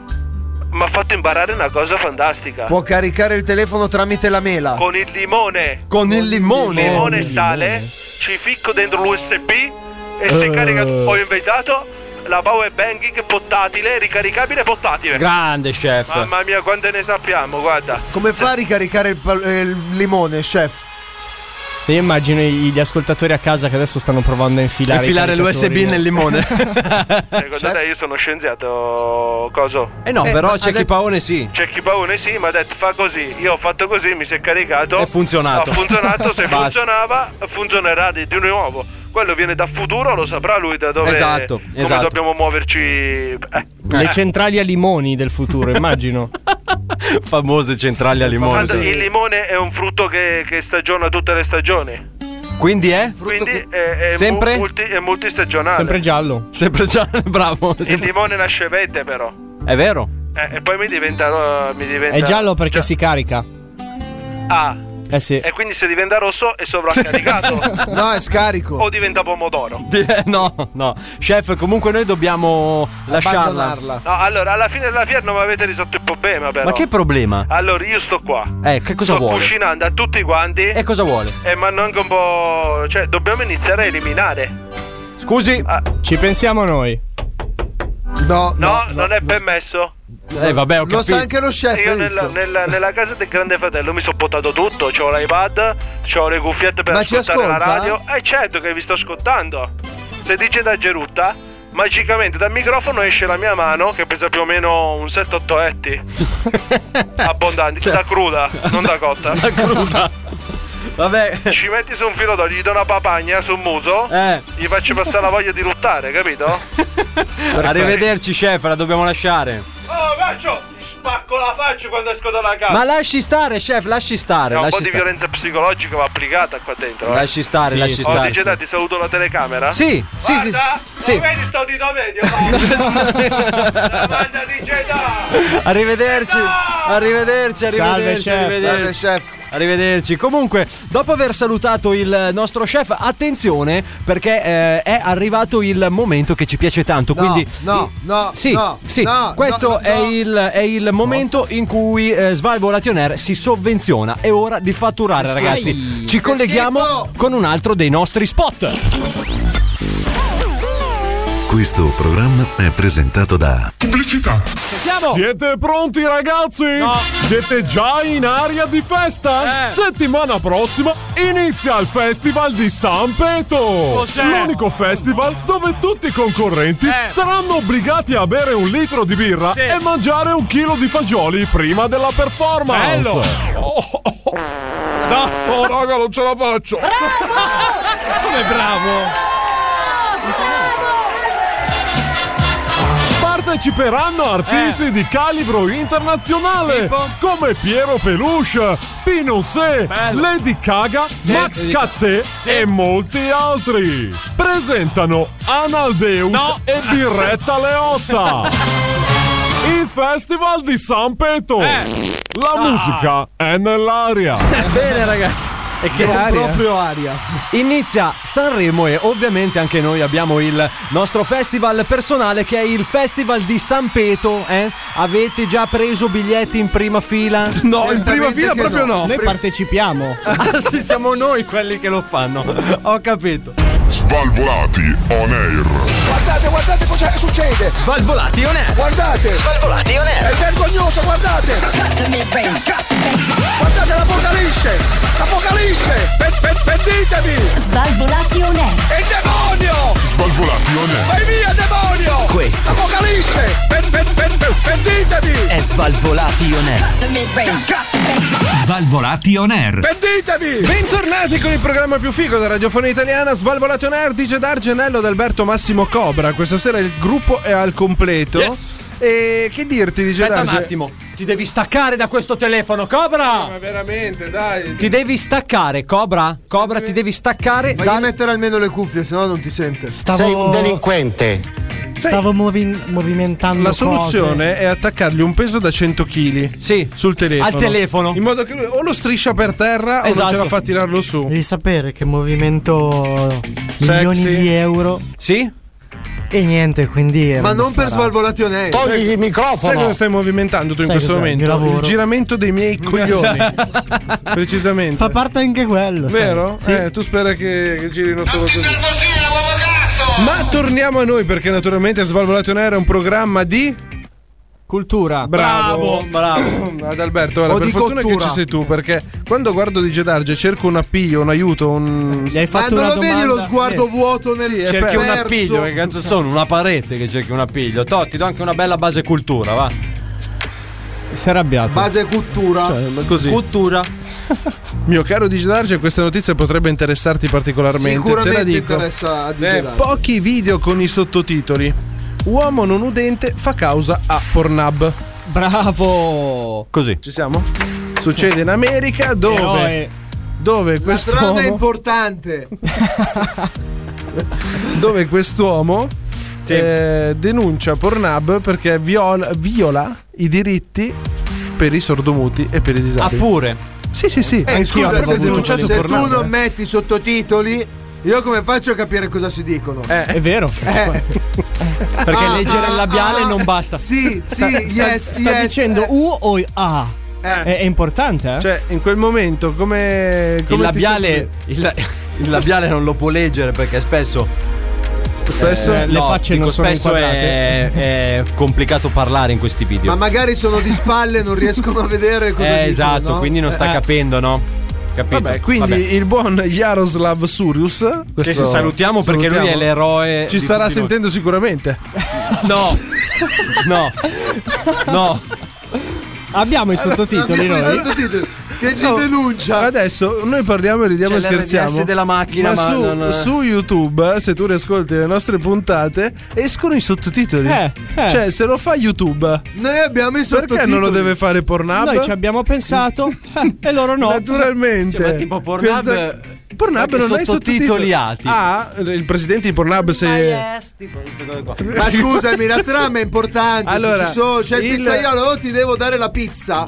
Speaker 7: mi ha fatto imparare una cosa fantastica.
Speaker 4: Può caricare il telefono tramite la mela.
Speaker 7: Con il limone.
Speaker 8: Con il limone.
Speaker 7: Limone e sale. Ci ficco dentro l'USB. E se
Speaker 8: Eh.
Speaker 7: carica. Ho inventato la power banking portatile, ricaricabile portatile.
Speaker 8: Grande chef.
Speaker 7: Mamma mia, quante ne sappiamo, guarda.
Speaker 4: Come fa a ricaricare il, pal- eh, il limone, chef?
Speaker 12: Io immagino i- gli ascoltatori a casa che adesso stanno provando a infilare. i
Speaker 8: Infilare
Speaker 12: caricatori
Speaker 8: l'USB nel limone.
Speaker 7: Secondo te io sono scienziato coso?
Speaker 8: Eh no, però c'è chi paone sì.
Speaker 7: C'è chi paone sì, ma ha detto fa così. Io ho fatto così, mi si è caricato.
Speaker 8: È funzionato.
Speaker 7: Ha funzionato, se
Speaker 8: Basta.
Speaker 7: funzionava, funzionerà di, di nuovo. Quello viene da futuro, lo saprà lui da dove
Speaker 12: Esatto,
Speaker 7: come
Speaker 12: esatto.
Speaker 7: dobbiamo muoverci. Eh.
Speaker 12: [LAUGHS] Le centrali a limoni del futuro, immagino.
Speaker 8: Famose centrali a
Speaker 7: Guarda, eh, il limone è un frutto che, che stagiona tutte le stagioni.
Speaker 8: Quindi è?
Speaker 7: Quindi è, è
Speaker 8: Sempre?
Speaker 7: mu- multi- è multistagionale.
Speaker 12: giallo.
Speaker 8: Sempre giallo, [LAUGHS] bravo.
Speaker 7: Il
Speaker 8: Sempre-
Speaker 7: limone nasce verde, però.
Speaker 8: È vero.
Speaker 7: Eh, e poi mi diventa. mi diventa
Speaker 12: È giallo
Speaker 7: eh.
Speaker 12: perché si carica.
Speaker 7: Ah.
Speaker 12: Eh sì.
Speaker 7: E quindi se diventa rosso è sovraccaricato.
Speaker 4: no, è scarico.
Speaker 7: O diventa pomodoro.
Speaker 8: Eh, [LAUGHS] No, no. Chef, comunque noi dobbiamo lasciarla.
Speaker 7: No, allora, alla fine della fiera non mi avete risolto il problema, però.
Speaker 8: Ma che problema?
Speaker 7: Allora, io sto qua.
Speaker 8: Eh, che cosa
Speaker 7: sto
Speaker 8: vuole?
Speaker 7: cucinando a tutti quanti. E
Speaker 8: cosa vuole?
Speaker 7: E ma anche un po'. Cioè, dobbiamo iniziare a eliminare.
Speaker 8: Scusi,
Speaker 12: ci pensiamo noi.
Speaker 4: No,
Speaker 7: ah. No, non è permesso.
Speaker 12: Eh, vabbè, ho Lo capito. sa anche lo chef,
Speaker 7: Io
Speaker 12: hai
Speaker 7: nella,
Speaker 12: visto?
Speaker 7: nella- nella casa del grande fratello mi sono portato tutto. C'ho l'iPad, c'ho le cuffiette per
Speaker 4: Ma ci
Speaker 7: ascoltare la
Speaker 4: ascolta?
Speaker 7: radio. E certo che vi sto ascoltando. Se dice da Gerutta, magicamente dal microfono esce la mia mano che pesa più o meno un 7-8
Speaker 12: [LAUGHS]
Speaker 7: etti.
Speaker 12: Cioè.
Speaker 7: Abbondanti, da cruda, non da cotta.
Speaker 8: Da cruda. Vabbè.
Speaker 7: Ci metti su un filo d'olio, gli do una papagna sul muso,
Speaker 8: Eh.
Speaker 7: gli faccio passare la voglia di ruttare, capito?
Speaker 8: Arrivederci, chef, la dobbiamo lasciare.
Speaker 7: Oh, caccio! Ti spacco la faccia quando esco dalla casa!
Speaker 8: Ma lasci stare, chef, lasci stare.
Speaker 7: C'è un po'
Speaker 8: lasci
Speaker 7: di
Speaker 8: stare.
Speaker 7: violenza psicologica va applicata qua dentro. eh.
Speaker 8: Lasci stare, Sì, lasci
Speaker 7: Oh,
Speaker 8: stare,
Speaker 7: Digita, ti saluto la telecamera?
Speaker 8: Sì, sì, sì,
Speaker 7: Guarda,
Speaker 8: sì.
Speaker 7: Lo vedi sto dito medio? guarda. La banda di Jedi.
Speaker 8: [LAUGHS] Arrivederci, arrivederci, arrivederci.
Speaker 12: Salve, chef.
Speaker 8: arrivederci.
Speaker 12: Salve,
Speaker 8: Arrivederci. Comunque, dopo aver salutato il nostro chef, attenzione perché eh, è arrivato il momento che ci piace tanto.
Speaker 4: No,
Speaker 8: quindi,
Speaker 4: no, no,
Speaker 8: sì,
Speaker 4: no,
Speaker 8: sì.
Speaker 4: no,
Speaker 8: questo
Speaker 4: no, no,
Speaker 8: è,
Speaker 4: no.
Speaker 8: Il, è il momento in cui eh, Svalvo Air si sovvenziona. È ora di fatturare,
Speaker 12: Che
Speaker 8: ragazzi.
Speaker 12: schifo.
Speaker 8: Ci
Speaker 12: Che
Speaker 8: colleghiamo con un altro dei nostri spot.
Speaker 19: Questo programma è presentato da
Speaker 15: Pubblicità. Siete pronti ragazzi?
Speaker 19: No.
Speaker 15: Siete già in aria di festa? Settimana prossima inizia il Festival di San Peto. L'unico festival dove tutti i concorrenti saranno obbligati a bere un litro di birra e mangiare un chilo di fagioli prima della performance.
Speaker 11: Bello.
Speaker 15: Oh, [LAUGHS] oh, oh. Oh, raga, non ce la faccio.
Speaker 8: Come bravo!
Speaker 15: Parteciperanno artisti di calibro internazionale come Piero Peluche, Pinoncé, Lady Gaga, Max
Speaker 11: Lady-
Speaker 15: Cazzè e molti altri. Presentano Analdeus
Speaker 11: No.
Speaker 15: e Diretta Leotta. Il Festival
Speaker 12: Ah.
Speaker 15: di San Peto. La musica è nell'aria.
Speaker 8: Bene, ragazzi. E
Speaker 12: che aria. proprio aria.
Speaker 8: Inizia Sanremo e ovviamente anche noi abbiamo il nostro festival personale che è il Festival di San Peto. eh? Avete già preso biglietti in prima fila?
Speaker 12: No, in prima fila proprio no. Noi
Speaker 8: partecipiamo. ah, sì, siamo noi quelli che lo fanno. Ho capito.
Speaker 3: Svalvolati on air.
Speaker 1: Guardate, guardate cosa succede!
Speaker 16: Svalvolati on air!
Speaker 1: Guardate!
Speaker 16: Svalvolati on air!
Speaker 1: È vergognoso, guardate! Guardate l'apocalisse! L'apocalisse! Pe- pe- Pentitevi!
Speaker 5: Svalvolati on air.
Speaker 1: È il demonio!
Speaker 3: Svalvolati on air.
Speaker 1: Vai via, demonio!
Speaker 16: Questo.
Speaker 1: Apocalisse! Pe- pe- pe- pe- Pentitevi!
Speaker 16: È Svalvolati on air!
Speaker 11: [LAUGHS]
Speaker 16: Svalvolati on air!
Speaker 1: Pentitevi!
Speaker 7: Bentornati con il programma più figo della radiofonia italiana Svalvolato on Air, DJ D'Argenello ed Alberto Massimo Cobra Questa sera il gruppo è al completo
Speaker 8: Yes.
Speaker 7: E che dirti DJ
Speaker 8: Aspetta un
Speaker 7: Darge?
Speaker 8: attimo, ti devi staccare da questo telefono, Cobra!
Speaker 7: Ma veramente, dai
Speaker 8: Ti devi staccare, Cobra. Cobra, ti devi staccare.
Speaker 4: Fagli
Speaker 8: da-
Speaker 4: mettere almeno le cuffie, sennò non ti sente.
Speaker 9: Sei un
Speaker 7: delinquente
Speaker 9: Stavo movi- movimentando
Speaker 7: La
Speaker 9: cose.
Speaker 7: soluzione è attaccargli un peso da 100 kg
Speaker 8: Sì
Speaker 7: Sul telefono
Speaker 8: Al telefono.
Speaker 7: In modo che lui o lo striscia per terra o non
Speaker 9: Esatto.
Speaker 7: ce la fa a tirarlo su
Speaker 9: Devi sapere che movimento milioni
Speaker 7: Sexy.
Speaker 9: di euro.
Speaker 8: Sì?
Speaker 9: E niente, quindi. era
Speaker 4: Ma
Speaker 9: un
Speaker 4: non per
Speaker 9: disparate.
Speaker 4: svalvolati on air.
Speaker 7: Sai cosa stai movimentando tu in
Speaker 9: Sai
Speaker 7: questo
Speaker 9: cos'è? Il mio
Speaker 7: momento? Il
Speaker 9: lavoro.
Speaker 7: giramento dei miei coglioni.
Speaker 17: [LAUGHS]
Speaker 7: Precisamente.
Speaker 9: Fa parte anche quello. sai.
Speaker 7: Vero?
Speaker 9: Sì.
Speaker 7: Eh, tu spera che, che girino solo così. Ma torniamo a noi perché naturalmente Svalvolato on Air è un programma di
Speaker 8: Cultura.
Speaker 7: Bravo.
Speaker 8: bravo.
Speaker 7: [COUGHS] ad Alberto, guarda,
Speaker 4: O
Speaker 7: per
Speaker 4: di
Speaker 7: fortuna che
Speaker 4: cottura.
Speaker 7: ci sei tu perché quando guardo di Gedarge cerco un appiglio, un aiuto, un
Speaker 12: Gli hai
Speaker 4: Ma
Speaker 12: fatto
Speaker 4: non
Speaker 12: una
Speaker 4: lo vedi
Speaker 12: domanda?
Speaker 4: lo sguardo
Speaker 12: Sì.
Speaker 4: vuoto nel
Speaker 7: Sì, è
Speaker 8: Cerchi un
Speaker 4: perso?
Speaker 8: appiglio, che cazzo sono? Una parete che cerchi un appiglio. Toh, ti do anche una bella base cultura, va.
Speaker 12: Si è arrabbiato.
Speaker 4: Base cultura.
Speaker 7: Cioè, così.
Speaker 8: Cultura.
Speaker 7: [LAUGHS] Mio caro Digitarge, questa notizia potrebbe interessarti particolarmente. te la
Speaker 4: Sicuramente
Speaker 7: dico.
Speaker 4: interessa a
Speaker 7: Eh,
Speaker 4: digitare.
Speaker 7: pochi video con i sottotitoli. Uomo non udente fa causa a Pornhub.
Speaker 12: Bravo.
Speaker 8: Così.
Speaker 7: Ci siamo? Succede in America dove,
Speaker 12: Eroe.
Speaker 7: dove
Speaker 4: La strada
Speaker 7: quest'uomo,
Speaker 4: è importante.
Speaker 7: dove quest'uomo eh, denuncia Pornhub perché viola, viola i diritti per i sordomuti e per i
Speaker 8: Ah,
Speaker 7: disabili.
Speaker 8: pure.
Speaker 7: sì, sì, sì.
Speaker 4: Eh,
Speaker 7: anch'io
Speaker 4: scusa,
Speaker 7: avevo
Speaker 4: se tu,
Speaker 7: denunciato
Speaker 4: se tu
Speaker 7: Pornhub.
Speaker 4: non metti i sottotitoli, io come faccio a capire cosa si dicono? Eh.
Speaker 12: È vero.
Speaker 8: Perché
Speaker 4: Ah,
Speaker 8: leggere
Speaker 4: ah,
Speaker 8: il labiale
Speaker 4: ah.
Speaker 8: non basta.
Speaker 4: Sì, sì,
Speaker 12: [LAUGHS] Sta,
Speaker 4: yes,
Speaker 12: sta
Speaker 4: yes,
Speaker 12: dicendo
Speaker 4: eh,
Speaker 12: U o A?
Speaker 4: eh.
Speaker 12: È, è importante, eh?
Speaker 7: Cioè, in quel momento, come.
Speaker 8: Il
Speaker 7: come ti
Speaker 8: labiale,
Speaker 7: senti?
Speaker 8: il, il labiale non lo può leggere perché spesso.
Speaker 7: Spesso.
Speaker 12: eh, le facce
Speaker 8: dico,
Speaker 12: non sono
Speaker 8: spesso
Speaker 12: inquadrate.
Speaker 8: È, è complicato parlare in questi video.
Speaker 4: Ma magari sono di spalle e non riescono a vedere cosa
Speaker 8: eh,
Speaker 4: dicono.
Speaker 8: esatto,
Speaker 4: no?
Speaker 8: quindi non sta
Speaker 12: Eh.
Speaker 8: capendo, no? Capito?
Speaker 7: Vabbè, quindi
Speaker 8: Vabbè.
Speaker 7: il buon Jaroslav Surius.
Speaker 8: Che
Speaker 7: questo-
Speaker 8: salutiamo perché lui è
Speaker 7: salutiamo,
Speaker 8: l'eroe.
Speaker 7: Ci
Speaker 8: di
Speaker 7: starà
Speaker 8: tutti noi.
Speaker 7: sentendo sicuramente.
Speaker 8: No, no, [LAUGHS] no.
Speaker 12: Abbiamo
Speaker 4: Abbiamo
Speaker 12: i sottotitoli
Speaker 4: i
Speaker 12: noi.
Speaker 4: sottotitoli Che ci
Speaker 7: No.
Speaker 4: denuncia.
Speaker 7: Adesso noi parliamo e ridiamo
Speaker 8: C'è
Speaker 7: e scherziamo.
Speaker 8: l'RDS della macchina, ma
Speaker 7: su,
Speaker 8: non-
Speaker 7: su YouTube, se tu riascolti le nostre puntate, escono i sottotitoli.
Speaker 12: Eh, eh.
Speaker 7: Cioè, se lo fa YouTube,
Speaker 4: Noi abbiamo i sottotitoli.
Speaker 7: perché non lo deve fare Pornhub?
Speaker 12: Noi ci abbiamo
Speaker 7: [LAUGHS]
Speaker 12: pensato eh, e loro no.
Speaker 7: Naturalmente.
Speaker 8: Cioè, ma tipo Pornhub-
Speaker 7: Pornhub
Speaker 8: anche
Speaker 7: non ha i sottotitoli.
Speaker 8: sottotitoliati.
Speaker 7: Ah, il presidente di Pornhub se...
Speaker 4: Ma scusami, la trama è importante. se
Speaker 7: Allora,
Speaker 4: ci sono- c'è il,
Speaker 7: il-
Speaker 4: pizzaiolo, oh, ti devo dare la pizza.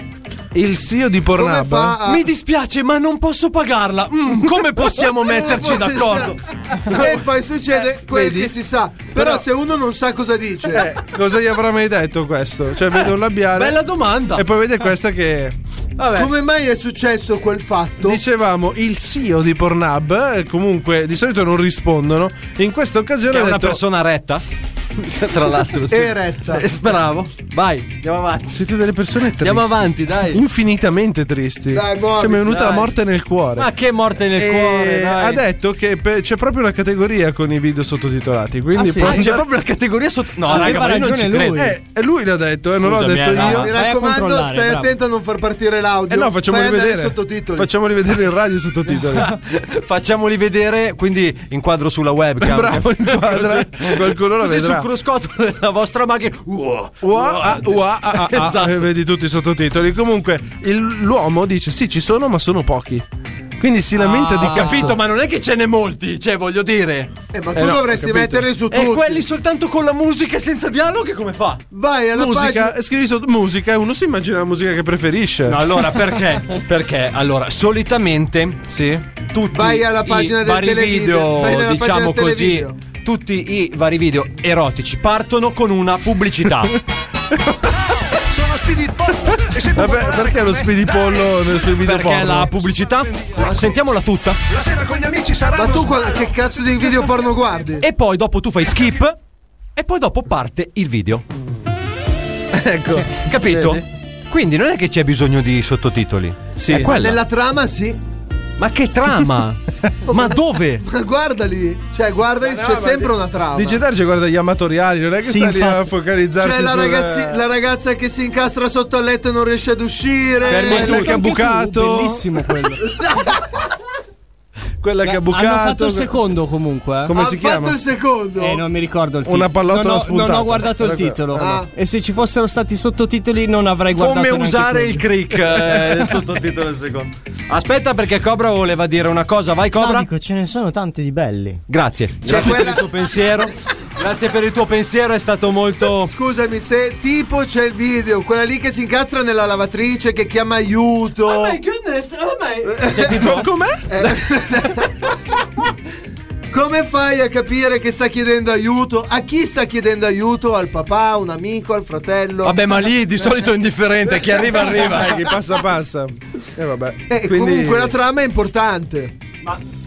Speaker 7: Il CEO di
Speaker 4: Come
Speaker 7: Pornhub eh?
Speaker 4: fa a...
Speaker 8: Mi dispiace, ma non posso pagarla.
Speaker 4: [LAUGHS]
Speaker 8: Mm, come
Speaker 7: oh,
Speaker 8: possiamo metterci d'accordo?
Speaker 7: esatto.
Speaker 4: e poi succede quel
Speaker 7: Eh, Vedi?
Speaker 4: che si sa. Però,
Speaker 7: Però-
Speaker 4: se uno non sa cosa dice,
Speaker 7: Eh, cosa gli avrà mai detto questo? Cioè, vedo un labiale
Speaker 8: Eh, Bella domanda.
Speaker 7: e poi vede questa che...
Speaker 8: Vabbè.
Speaker 4: come mai è successo quel fatto?
Speaker 7: Dicevamo, il CEO di Pornhub, eh, comunque, di solito non rispondono. In questa
Speaker 8: Che
Speaker 7: occasione
Speaker 8: è
Speaker 7: ha
Speaker 8: una
Speaker 7: detto...
Speaker 8: persona retta? Tra l'altro, sì.
Speaker 4: È retta.
Speaker 8: Eh, Bravo. Vai, andiamo avanti.
Speaker 7: Siete delle persone tristi.
Speaker 8: Andiamo avanti, dai.
Speaker 7: Infinitamente tristi.
Speaker 4: Dai, muoviti,
Speaker 7: Cioè, mi è venuta la
Speaker 8: dai.
Speaker 7: morte nel cuore.
Speaker 8: Ma che morte nel
Speaker 7: E
Speaker 8: cuore, dai.
Speaker 7: ha detto che pe- c'è proprio una categoria con i video sottotitolati. Quindi
Speaker 8: Ah, sì?
Speaker 7: può
Speaker 8: Ah, c'è
Speaker 7: andare-
Speaker 8: proprio la categoria sotto. No,
Speaker 12: Aveva
Speaker 8: raga, ma io non ci
Speaker 12: ragione
Speaker 8: credo.
Speaker 12: lui.
Speaker 7: Eh, e lui l'ha detto, eh, non l'ho
Speaker 8: Scusami,
Speaker 7: detto
Speaker 8: eh, no,
Speaker 7: io.
Speaker 4: Mi
Speaker 12: Vai a
Speaker 4: raccomando,
Speaker 12: controllare,
Speaker 4: stai
Speaker 12: bravo.
Speaker 4: attento a non far partire l'audio.
Speaker 7: Eh no, facciamo
Speaker 4: Fai andare
Speaker 7: rivedere.
Speaker 4: i sottotitoli.
Speaker 7: Facciamo rivedere in radio i sottotitoli.
Speaker 8: Facciamoli vedere, quindi inquadro
Speaker 4: [LAUGHS]
Speaker 8: sulla webcam.
Speaker 7: Bravo, inquadra. Qualcuno lo
Speaker 8: Così
Speaker 7: vedrà.
Speaker 8: sul cruscotto della vostra macchina. [LAUGHS] Wow.
Speaker 7: Ua, ah, ua, ah, ah, ah.
Speaker 8: [LAUGHS] Esatto.
Speaker 7: Eh, vedi tutti i sottotitoli. Comunque, il- l'uomo dice: Sì, ci sono, ma sono pochi. Quindi si lamenta
Speaker 8: Ah.
Speaker 7: di questo.
Speaker 8: capito, ma non è che ce n'è molti, cioè voglio dire.
Speaker 4: Ah, Eh, ma tu dovresti metterli su
Speaker 8: E
Speaker 4: tutti.
Speaker 8: Eh, quelli soltanto con la musica e senza dialoghi come fa?
Speaker 4: Vai
Speaker 7: musica, eh, scrivi sotto musica e uno si immagina la musica che preferisce.
Speaker 8: No, allora perché? perché allora solitamente sì. tutti
Speaker 4: Vai alla
Speaker 8: i
Speaker 4: pagina del
Speaker 8: vari
Speaker 4: televideo,
Speaker 8: video,
Speaker 4: vai nella pagina
Speaker 8: diciamo
Speaker 4: del
Speaker 8: così,
Speaker 4: televideo.
Speaker 8: tutti i vari video erotici partono con
Speaker 4: [LAUGHS]
Speaker 8: una pubblicità.
Speaker 1: Sono Speedy Pop e sei
Speaker 7: Vabbè, perché lo spidipollo nel suo video
Speaker 8: Perché
Speaker 7: porno?
Speaker 8: la pubblicità? Sentiamola tutta.
Speaker 1: La sera con gli amici sarà
Speaker 4: Ma tu
Speaker 1: uno
Speaker 4: qua-
Speaker 1: sguardo.
Speaker 4: che cazzo di video porno guardi?
Speaker 8: E poi dopo tu fai skip e poi dopo parte il video.
Speaker 4: Ecco.
Speaker 8: Capito? Quindi non è che c'è bisogno di sottotitoli. Sì, è quella.
Speaker 4: Nella trama sì.
Speaker 8: Ma che trama? ma dove?
Speaker 4: [LAUGHS] Ma guardali, cioè guardali,
Speaker 7: Ma no,
Speaker 4: c'è
Speaker 7: ma
Speaker 4: sempre
Speaker 7: di-
Speaker 4: una trama.
Speaker 7: DJ Darge guarda gli amatoriali, non è che
Speaker 4: Sì,
Speaker 7: sta lì a
Speaker 4: infatti.
Speaker 7: focalizzarsi
Speaker 4: C'è Cioè, la,
Speaker 7: sul-
Speaker 4: ragazzi- la ragazza che si incastra sotto al letto e non riesce ad uscire. Eh,
Speaker 7: Fermi
Speaker 4: Quella
Speaker 7: tutti.
Speaker 4: che ha
Speaker 7: bucato.
Speaker 12: Bellissimo [LAUGHS] quello.
Speaker 7: quella che ha bucato.
Speaker 12: Hanno fatto il secondo comunque. eh.
Speaker 7: Come
Speaker 4: Ha
Speaker 7: si
Speaker 4: fatto
Speaker 7: chiama?
Speaker 4: il secondo.
Speaker 12: Eh, non mi ricordo il titolo.
Speaker 7: Una pallottola
Speaker 12: non ho,
Speaker 7: spuntata.
Speaker 12: non ho guardato il
Speaker 7: Era quello.
Speaker 12: titolo.
Speaker 7: Ah.
Speaker 12: E se ci fossero stati i sottotitoli, non avrei guardato
Speaker 8: Come
Speaker 12: neanche
Speaker 8: usare
Speaker 12: quelli.
Speaker 8: il crick
Speaker 12: [LAUGHS]
Speaker 8: eh, nel sottotitolo del secondo. Aspetta perché Cobra voleva dire una cosa, vai
Speaker 9: No,
Speaker 8: Cobra.
Speaker 9: dico, ce ne sono tanti di belli.
Speaker 8: Grazie.
Speaker 9: Cioè,
Speaker 7: Cioè,
Speaker 8: Grazie per il tuo pensiero. Grazie per il tuo pensiero, è stato molto
Speaker 4: Scusami, se tipo c'è il video, quella lì che si incastra nella lavatrice, che chiama aiuto.
Speaker 13: goodness, oh my.
Speaker 11: Eh,
Speaker 16: Cioè,
Speaker 4: Eh.
Speaker 7: Com'è?
Speaker 4: [LAUGHS] Come fai a capire che sta chiedendo aiuto? A chi sta chiedendo aiuto? Al papà, un amico, al fratello?
Speaker 8: Vabbè, ma lì di solito è indifferente, chi arriva
Speaker 7: Dai,
Speaker 4: [LAUGHS]
Speaker 8: arriva.
Speaker 7: che passa passa. E vabbè.
Speaker 4: Eh, Comunque la trama è importante.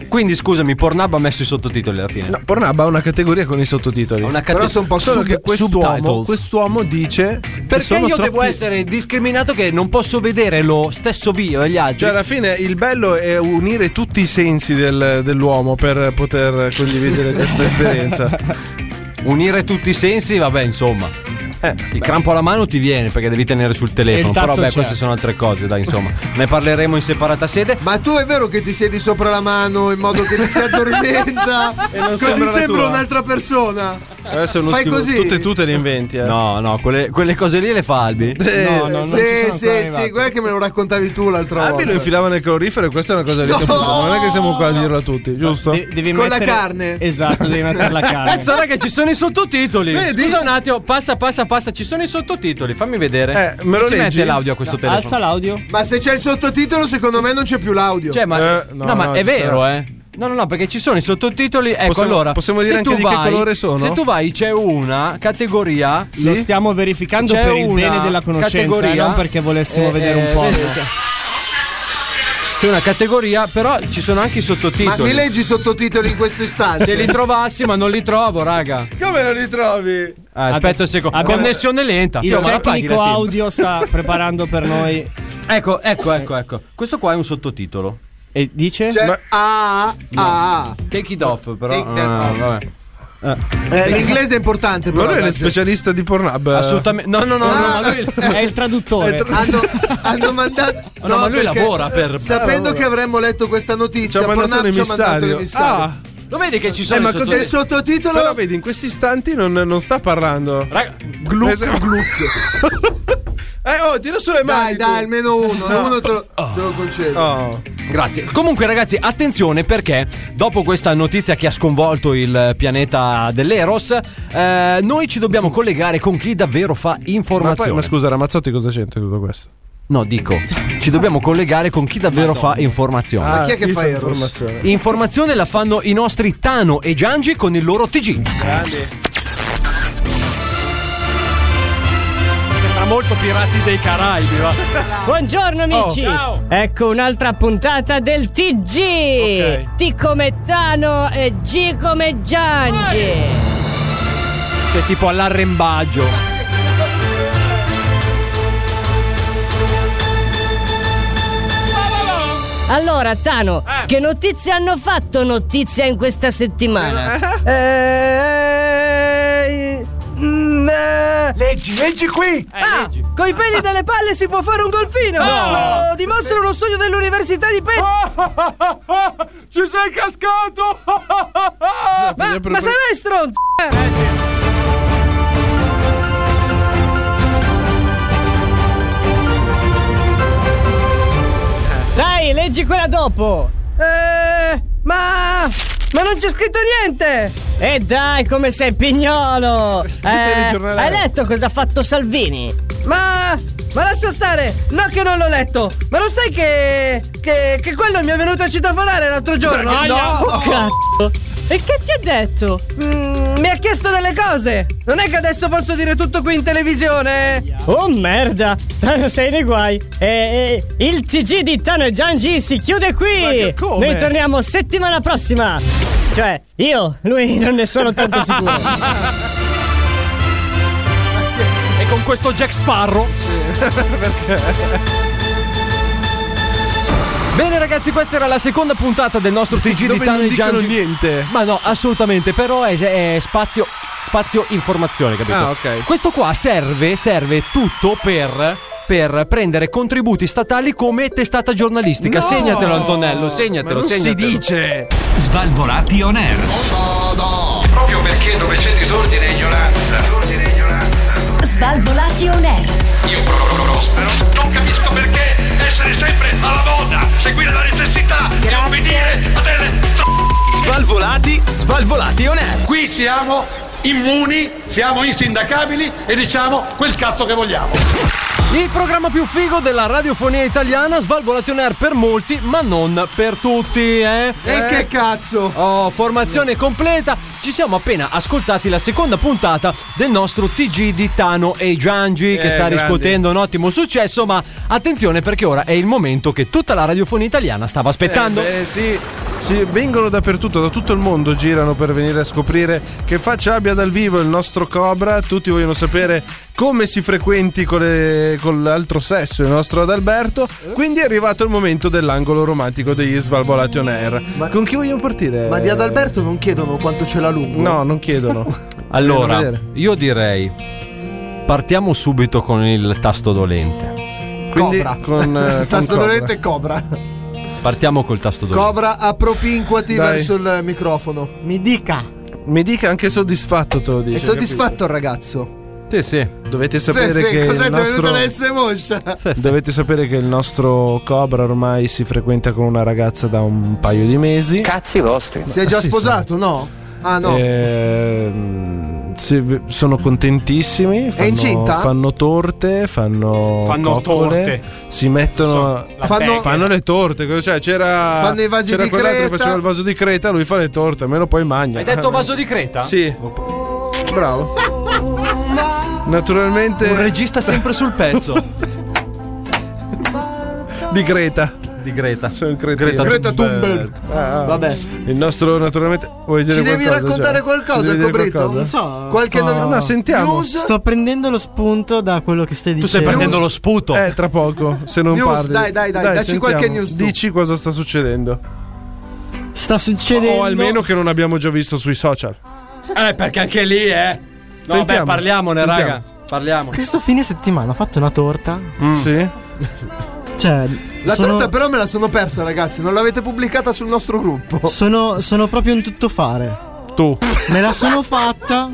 Speaker 8: Quindi scusami, Pornhub ha messo i sottotitoli alla fine.
Speaker 7: No, Pornhub ha una categoria con i sottotitoli.
Speaker 8: Una
Speaker 4: Però
Speaker 8: cate-
Speaker 4: sono un po'
Speaker 7: Solo
Speaker 4: sub-
Speaker 7: che quest'uomo,
Speaker 8: subtitles.
Speaker 7: quest'uomo dice che
Speaker 8: Perché
Speaker 7: sono
Speaker 8: io
Speaker 7: troppi-
Speaker 8: devo essere discriminato che non posso vedere lo stesso video degli altri?
Speaker 7: Cioè, alla fine il bello è unire tutti i sensi del- dell'uomo per poter condividere questa esperienza.
Speaker 8: [LAUGHS]
Speaker 7: Cioè-
Speaker 8: Unire tutti i sensi, vabbè, insomma. Eh, il crampo alla mano ti viene perché devi tenere sul
Speaker 12: E
Speaker 7: Esatto,
Speaker 8: telefono.
Speaker 12: il
Speaker 8: Però, beh,
Speaker 12: tatto
Speaker 7: cioè-
Speaker 12: c'è.
Speaker 8: queste sono altre cose, dai, insomma. ne parleremo in separata sede.
Speaker 4: Ma tu è vero che ti siedi sopra la mano in modo che ti si addormenta?
Speaker 7: [LAUGHS] E non
Speaker 4: così
Speaker 7: sembra la
Speaker 4: sembra
Speaker 7: tua.
Speaker 4: un'altra persona.
Speaker 7: Adesso è uno
Speaker 4: Fai
Speaker 7: schifo.
Speaker 4: così.
Speaker 7: Tutte e tu te le inventi, eh.
Speaker 8: No, no, quelle, quelle cose lì le fa Albi.
Speaker 7: No,
Speaker 4: Eh, sì, sì, sì, guarda che me lo raccontavi tu l'altra
Speaker 7: Albi lo
Speaker 4: volta.
Speaker 7: infilava nel calorifero e questa è una cosa di
Speaker 4: No!
Speaker 7: ma non è che siamo qua a dirlo a tutti, giusto?
Speaker 12: De- devi
Speaker 4: Con la
Speaker 12: mettere-
Speaker 4: carne.
Speaker 12: Esatto, devi
Speaker 8: [LAUGHS]
Speaker 12: mettere la carne.
Speaker 8: Pensa che ci sono i sottotitoli.
Speaker 7: Vedi?
Speaker 8: Scusa un attimo, passa, passa, passa. Ci sono i sottotitoli, fammi vedere.
Speaker 7: Eh, me lo
Speaker 8: si
Speaker 7: leggi?
Speaker 8: mette l'audio a questo telefono.
Speaker 12: Alza l'audio.
Speaker 4: Ma se c'è il sottotitolo, secondo me non c'è più l'audio.
Speaker 8: Cioè, ma,
Speaker 7: Eh,
Speaker 8: no,
Speaker 7: no,
Speaker 8: ma
Speaker 7: no,
Speaker 8: è
Speaker 7: ci
Speaker 8: vero,
Speaker 7: sarà.
Speaker 8: eh. No, no, no, perché ci sono i sottotitoli. Ecco,
Speaker 7: Possiamo-
Speaker 8: allora.
Speaker 7: possiamo
Speaker 8: se
Speaker 7: dire anche
Speaker 8: tu
Speaker 7: di che
Speaker 8: vai-
Speaker 7: colore sono?
Speaker 8: Se tu vai, c'è una categoria.
Speaker 12: Lo stiamo verificando
Speaker 8: C'è
Speaker 12: per il bene
Speaker 8: una
Speaker 12: della conoscenza, eh,
Speaker 8: categoria-
Speaker 12: non perché volessimo
Speaker 8: eh,
Speaker 12: vedere
Speaker 8: eh,
Speaker 12: un po'.
Speaker 8: vedi, cioè, C'è una categoria, però ci sono anche i
Speaker 4: ma mi
Speaker 8: sottotitoli.
Speaker 4: leggi i sottotitoli in questo
Speaker 8: [LAUGHS] Se li
Speaker 4: istante?
Speaker 8: trovassi, ma non li trovo, raga.
Speaker 7: Come non li trovi?
Speaker 8: Ah, aspetta un secondo.
Speaker 12: abbiamo-
Speaker 8: Connessione lenta.
Speaker 12: Il
Speaker 8: Fio, ma la paghi
Speaker 12: tecnico
Speaker 8: la team? [LAUGHS]
Speaker 12: audio sta preparando per noi
Speaker 8: Ecco, ecco, ecco, ecco. Questo qua è un sottotitolo.
Speaker 12: e dice
Speaker 4: Cioè, ah, ah.
Speaker 8: Take it off, però.
Speaker 4: Take that
Speaker 8: Ah,
Speaker 4: off.
Speaker 8: vabbè. Ah.
Speaker 4: Eh, l'inglese è importante,
Speaker 7: Ma
Speaker 4: però.
Speaker 7: lui è
Speaker 4: ragazzi.
Speaker 7: l'especialista di Pornhub.
Speaker 8: Assolutamente. No, no, no, no,
Speaker 4: Ah.
Speaker 8: ma lui-
Speaker 12: [LAUGHS] è il traduttore.
Speaker 7: [LAUGHS]
Speaker 4: hanno, hanno mandato.
Speaker 8: No, ma lui
Speaker 4: perché
Speaker 8: lavora per-
Speaker 4: Sapendo che avremmo letto questa
Speaker 7: Ci
Speaker 4: notizia,
Speaker 7: ha mandato un
Speaker 4: Pornhub ci ha mandato
Speaker 7: emissario.
Speaker 4: l'emissario.
Speaker 7: Ah,
Speaker 8: Lo vedi che ci sono
Speaker 7: eh, ma
Speaker 8: i
Speaker 7: cosa
Speaker 4: C'è
Speaker 8: sottotitoli?
Speaker 4: il sottotitolo.
Speaker 7: però vedi, in questi istanti non, non sta parlando. Esatto.
Speaker 8: Raga,
Speaker 7: Gluck, [LAUGHS] eh, oh, tira sulle
Speaker 4: Dai,
Speaker 7: mani.
Speaker 4: dai,
Speaker 7: tu.
Speaker 4: almeno
Speaker 7: [LAUGHS]
Speaker 4: uno. Uno te lo, te lo concedo.
Speaker 7: Oh.
Speaker 8: Grazie. Comunque, ragazzi, attenzione perché dopo questa notizia che ha sconvolto il pianeta dell'Eros, eh, noi ci dobbiamo collegare con chi davvero fa
Speaker 7: Ma, poi,
Speaker 8: informazione.
Speaker 7: ma scusa, Ramazzotti cosa c'entra tutto questo?
Speaker 8: no, dico, ci dobbiamo collegare con chi davvero fa informazione.
Speaker 4: chi è che fa Eros?
Speaker 7: informazione?
Speaker 8: Ah, Informazione la fanno i nostri Tano e Giangi con il loro TG.
Speaker 13: Sembra molto Pirati dei Caraibi, va.
Speaker 20: Oh,
Speaker 21: Buongiorno amici!
Speaker 13: ciao.
Speaker 21: Ecco un'altra puntata del TG!
Speaker 13: Ok.
Speaker 21: T come Tano e G come Giangi!
Speaker 8: Cioè, tipo all'arrembaggio.
Speaker 21: Allora Tano,
Speaker 20: Eh.
Speaker 21: che notizie hanno fatto notizia in questa
Speaker 20: Eh.
Speaker 21: settimana?
Speaker 20: mm,
Speaker 13: Leggi, Eh, leggi qui!
Speaker 21: Ah,
Speaker 20: Con i eh. peli delle palle si può fare un golfino!
Speaker 13: No!
Speaker 20: Lo dimostra uno studio dell'Università di Pet.
Speaker 13: [LAUGHS] Ci sei cascato!
Speaker 20: ma, ma sarai stronzo!
Speaker 21: Dai, leggi quella dopo!
Speaker 20: Eh, ma. Ma non c'è scritto niente!
Speaker 21: Eh,
Speaker 2: E dai, come sei
Speaker 20: [LAUGHS]
Speaker 2: pignolo! Eh, hai letto cosa ha fatto Salvini?
Speaker 20: Ma. Ma lascia stare! No che non l'ho letto! Ma lo sai che. che, che quello mi è venuto a citofonare l'altro giorno?
Speaker 2: Ma no! Oh, cazzo. E che ti ha detto?
Speaker 20: Mm, mi ha chiesto delle cose! Non è che adesso posso dire tutto qui in televisione!
Speaker 2: Oh merda! Tano sei nei guai! E, e- il TG di Tano e Giangi si chiude qui!
Speaker 20: come?
Speaker 2: Noi torniamo settimana prossima! Cioè, io, lui non ne sono tanto
Speaker 8: [LAUGHS]
Speaker 2: sicuro.
Speaker 17: E con questo Jack Sparro.
Speaker 8: Bene ragazzi, questa era la seconda puntata del nostro TG
Speaker 7: Dove
Speaker 8: di Tano
Speaker 7: non
Speaker 8: e
Speaker 7: dicono
Speaker 8: Gianni.
Speaker 7: niente.
Speaker 8: Ma no, assolutamente, però è, è spazio spazio informazione, capito?
Speaker 7: Ah, ok.
Speaker 8: Questo qua serve, serve tutto per per prendere contributi statali come testata giornalistica.
Speaker 16: No!
Speaker 8: Segnatelo Antonello, segnatelo,
Speaker 16: non si
Speaker 8: segnatelo.
Speaker 16: dice. Svalvolati on air.
Speaker 22: Proprio perché dove c'è disordine e ignoranza,
Speaker 5: Svalvolati on air.
Speaker 22: io prospero. Non capisco perché essere sempre alla moda, seguire la necessità di obbedire a delle
Speaker 16: Svalvolati, svalvolati on air.
Speaker 22: Qui siamo immuni, siamo insindacabili e diciamo quel cazzo che vogliamo.
Speaker 8: Il programma più figo della radiofonia italiana, Svalvolation Air per molti, ma non per tutti, eh? E che
Speaker 4: cazzo?
Speaker 8: Oh, formazione completa. Ci siamo appena ascoltati la seconda puntata del nostro TG di Tano e Giangi, che
Speaker 7: Eh,
Speaker 8: sta
Speaker 7: grandi.
Speaker 8: riscuotendo un ottimo successo, ma attenzione perché ora è il momento che tutta la radiofonia italiana stava aspettando.
Speaker 7: Eh, beh, sì, sì, vengono dappertutto, da tutto il mondo girano per venire a scoprire che faccia abbia dal vivo il nostro Cobra. Tutti vogliono sapere come si frequenti con, le- con l'altro sesso, il nostro Adalberto. Quindi è arrivato il momento dell'angolo romantico degli Svalvolati on Air. Ma con chi vogliamo partire?
Speaker 4: Ma di Adalberto non chiedono quanto ce l'ha lungo.
Speaker 7: No, non
Speaker 4: [LAUGHS]
Speaker 7: chiedono. Vogliono
Speaker 8: Allora,
Speaker 7: vedere.
Speaker 8: io direi partiamo subito con il tasto dolente.
Speaker 7: Quindi con, eh, con
Speaker 4: Oh, Tasto
Speaker 7: Cobra.
Speaker 4: dolente e cobra.
Speaker 8: Partiamo col tasto dolente.
Speaker 4: Cobra appropinquati
Speaker 7: Dai.
Speaker 4: verso il microfono. Mi dica.
Speaker 7: Mi dica anche soddisfatto, te lo dice.
Speaker 4: È soddisfatto il ragazzo.
Speaker 8: Sì, sì.
Speaker 7: Dovete sapere che. il nostro...
Speaker 4: moscia?
Speaker 7: Dovete sapere che il nostro Cobra ormai si frequenta con una ragazza da un paio di mesi. Cazzi vostri.
Speaker 4: Si è già sposato, no? Ah no.
Speaker 7: Eh. Ehm, sono contentissimi. Fanno,
Speaker 4: incinta?
Speaker 7: Fanno torte, fanno.
Speaker 4: Fanno
Speaker 7: coccole,
Speaker 4: torte.
Speaker 7: Si mettono.
Speaker 4: la Fanno- teglia.
Speaker 7: fanno le torte. Cioè, c'era.
Speaker 4: Fanno i vasi
Speaker 7: c'era
Speaker 4: di
Speaker 7: quell'altro che
Speaker 4: creta.
Speaker 7: faceva il vaso di creta, lui fa le torte, almeno poi mangia. Eh.
Speaker 8: Hai detto vaso di creta?
Speaker 7: Sì. Bravo. Naturalmente. Un
Speaker 8: regista sempre sul pezzo.
Speaker 7: [LAUGHS] di Greta.
Speaker 8: Di Greta.
Speaker 7: Greta,
Speaker 4: Greta Thunberg.
Speaker 7: Ah, ah.
Speaker 4: Vabbè.
Speaker 7: Il nostro, naturalmente. Vuoi dire
Speaker 4: Ci devi
Speaker 7: qualcosa,
Speaker 4: raccontare
Speaker 7: cioè? Ci
Speaker 4: qualcosa,
Speaker 7: devi dire
Speaker 4: Cobrito?
Speaker 7: qualcosa?
Speaker 4: Non so. Qualche
Speaker 9: sto-
Speaker 4: novità? News?
Speaker 9: Sto prendendo lo spunto da quello che stai dicendo.
Speaker 8: sputo.
Speaker 7: Eh, tra poco, se non
Speaker 9: News,
Speaker 7: parli.
Speaker 9: dai, dai, dai, dacci
Speaker 7: sentiamo.
Speaker 9: qualche news tu.
Speaker 7: Dici cosa sta succedendo.
Speaker 9: Sta succedendo.
Speaker 7: O almeno che non abbiamo già visto sui social.
Speaker 8: Eh, perché anche lì, eh. No,
Speaker 7: Sentiamo,
Speaker 8: beh, parliamone,
Speaker 7: sentiamo.
Speaker 8: raga. Parliamo.
Speaker 9: Questo fine settimana ho fatto una torta.
Speaker 8: Mm.
Speaker 7: Sì.
Speaker 9: Cioè,
Speaker 4: La
Speaker 9: sono,
Speaker 4: torta però me la sono persa, ragazzi. Non l'avete pubblicata sul nostro gruppo.
Speaker 9: sono, sono proprio un tuttofare.
Speaker 7: Tu.
Speaker 9: Me la sono fatta.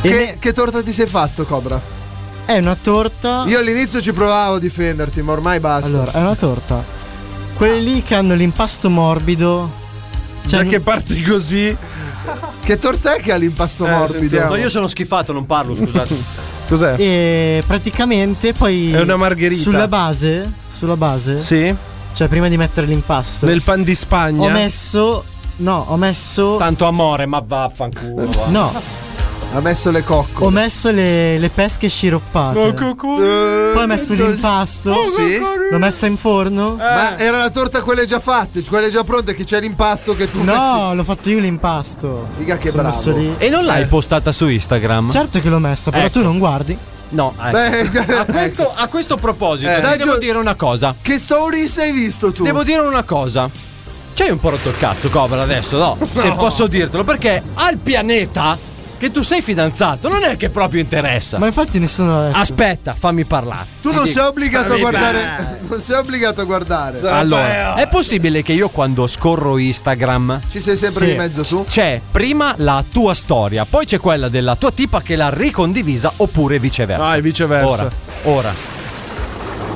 Speaker 4: Che, che torta ti sei fatto, Cobra?
Speaker 9: È una torta.
Speaker 4: Io all'inizio ci provavo a difenderti, ma ormai basta.
Speaker 9: Allora, è una torta. Quelli lì che hanno l'impasto morbido. Cioè,
Speaker 7: che parti così.
Speaker 4: Che torta è che ha l'impasto morbido?
Speaker 8: No, io sono schifato, non
Speaker 4: [LAUGHS]
Speaker 8: parlo, scusate.
Speaker 7: Cos'è?
Speaker 9: Eh. E praticamente poi.
Speaker 7: Eh. È una margherita.
Speaker 9: Sulla base. Sulla base.
Speaker 7: Sì.
Speaker 9: Cioè, prima di mettere l'impasto.
Speaker 7: Nel pan di Spagna.
Speaker 9: Ho messo. No, ho messo.
Speaker 8: Tanto amore, ma vaffanculo. va.
Speaker 9: No,
Speaker 4: Ha messo le cocco.
Speaker 9: ho messo le, le pesche sciroppate.
Speaker 4: Eh.
Speaker 9: Poi ho messo l'impasto.
Speaker 4: Sì.
Speaker 9: L'ho messa in forno.
Speaker 7: Eh,
Speaker 4: Ma era la torta quelle già fatte, quelle già pronte, che c'è l'impasto che tu
Speaker 9: No, l'ho fatto io l'impasto.
Speaker 4: Figa che
Speaker 9: Sono
Speaker 4: bravo.
Speaker 9: messo lì.
Speaker 8: E non l'hai postata su Instagram?
Speaker 9: Certo che l'ho messa, però
Speaker 8: Ecco.
Speaker 9: tu non guardi.
Speaker 8: No, eh.
Speaker 4: [LAUGHS] Beh,
Speaker 8: a, questo, a questo proposito,
Speaker 4: Eh,
Speaker 8: ti
Speaker 4: dai,
Speaker 8: devo
Speaker 4: Gio-
Speaker 8: dire una cosa.
Speaker 4: Che stories hai visto tu?
Speaker 8: Devo dire una cosa. C'hai un po' rotto il cazzo, Cobra,
Speaker 4: [LAUGHS]
Speaker 8: adesso, no? Se posso dirtelo, perché al pianeta che tu sei fidanzato non è che proprio interessa.
Speaker 9: Ma eh. infatti nessuno l'ha detto.
Speaker 8: Aspetta, fammi parlare.
Speaker 4: Tu
Speaker 8: Ti
Speaker 4: non
Speaker 8: dico-
Speaker 4: sei obbligato a
Speaker 8: Fammi
Speaker 4: guardare. [LAUGHS] Non sei obbligato a guardare.
Speaker 8: Allora, è possibile che io quando scorro Instagram
Speaker 4: oh. Ci sei sempre di mezzo tu?
Speaker 8: C'è prima la tua storia, poi c'è quella della tua tipa che l'ha ricondivisa oppure viceversa.
Speaker 7: Ah, e viceversa.
Speaker 8: Ora, ora.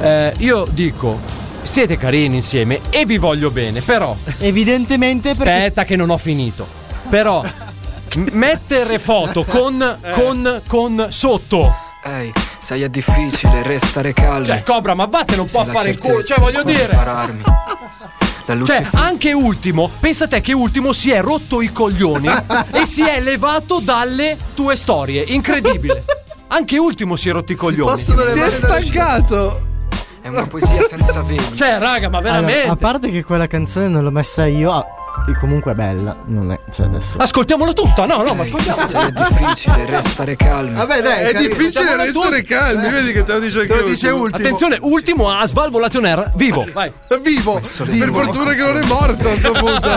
Speaker 8: Eh, io dico siete carini insieme e vi voglio bene, però.
Speaker 9: Evidentemente perché.
Speaker 8: Aspetta, che non ho finito. Però, m- mettere foto con. con. con sotto.
Speaker 6: Ehi, sai è difficile restare calmi.
Speaker 8: Cioè, Cobra, ma vattene un po'
Speaker 6: Se
Speaker 8: a
Speaker 6: la
Speaker 8: fare il culo.
Speaker 6: certezza
Speaker 8: Cioè, voglio
Speaker 6: può
Speaker 8: dire.
Speaker 6: ripararmi. La luce
Speaker 8: Cioè, anche Ultimo, pensa te che Ultimo si è rotto
Speaker 6: [LAUGHS]
Speaker 8: i coglioni e si è levato dalle tue storie. Incredibile. Anche Ultimo si è rotto i coglioni.
Speaker 6: stancato. È una poesia senza velo.
Speaker 8: Cioè, raga, ma
Speaker 9: Allora,
Speaker 8: veramente.
Speaker 9: a parte che quella canzone non l'ho messa io, ah, e comunque è bella. Non è. Cioè, adesso.
Speaker 8: Ascoltiamolo tutta, no, no, ma ascoltiamo.
Speaker 6: Se è difficile restare calmi.
Speaker 4: Vabbè, dai,
Speaker 6: è
Speaker 4: carino.
Speaker 6: difficile
Speaker 4: Facciamolo
Speaker 6: restare
Speaker 4: tu.
Speaker 6: calmi,
Speaker 4: Eh.
Speaker 6: vedi
Speaker 14: che te lo dice
Speaker 4: Te lo dice ultimo.
Speaker 8: Attenzione, Ultimo a Svalvolation Air vivo. Vai.
Speaker 14: [LAUGHS] Vivo. Per fortuna che non è morto a sto
Speaker 8: [LAUGHS]
Speaker 14: punto.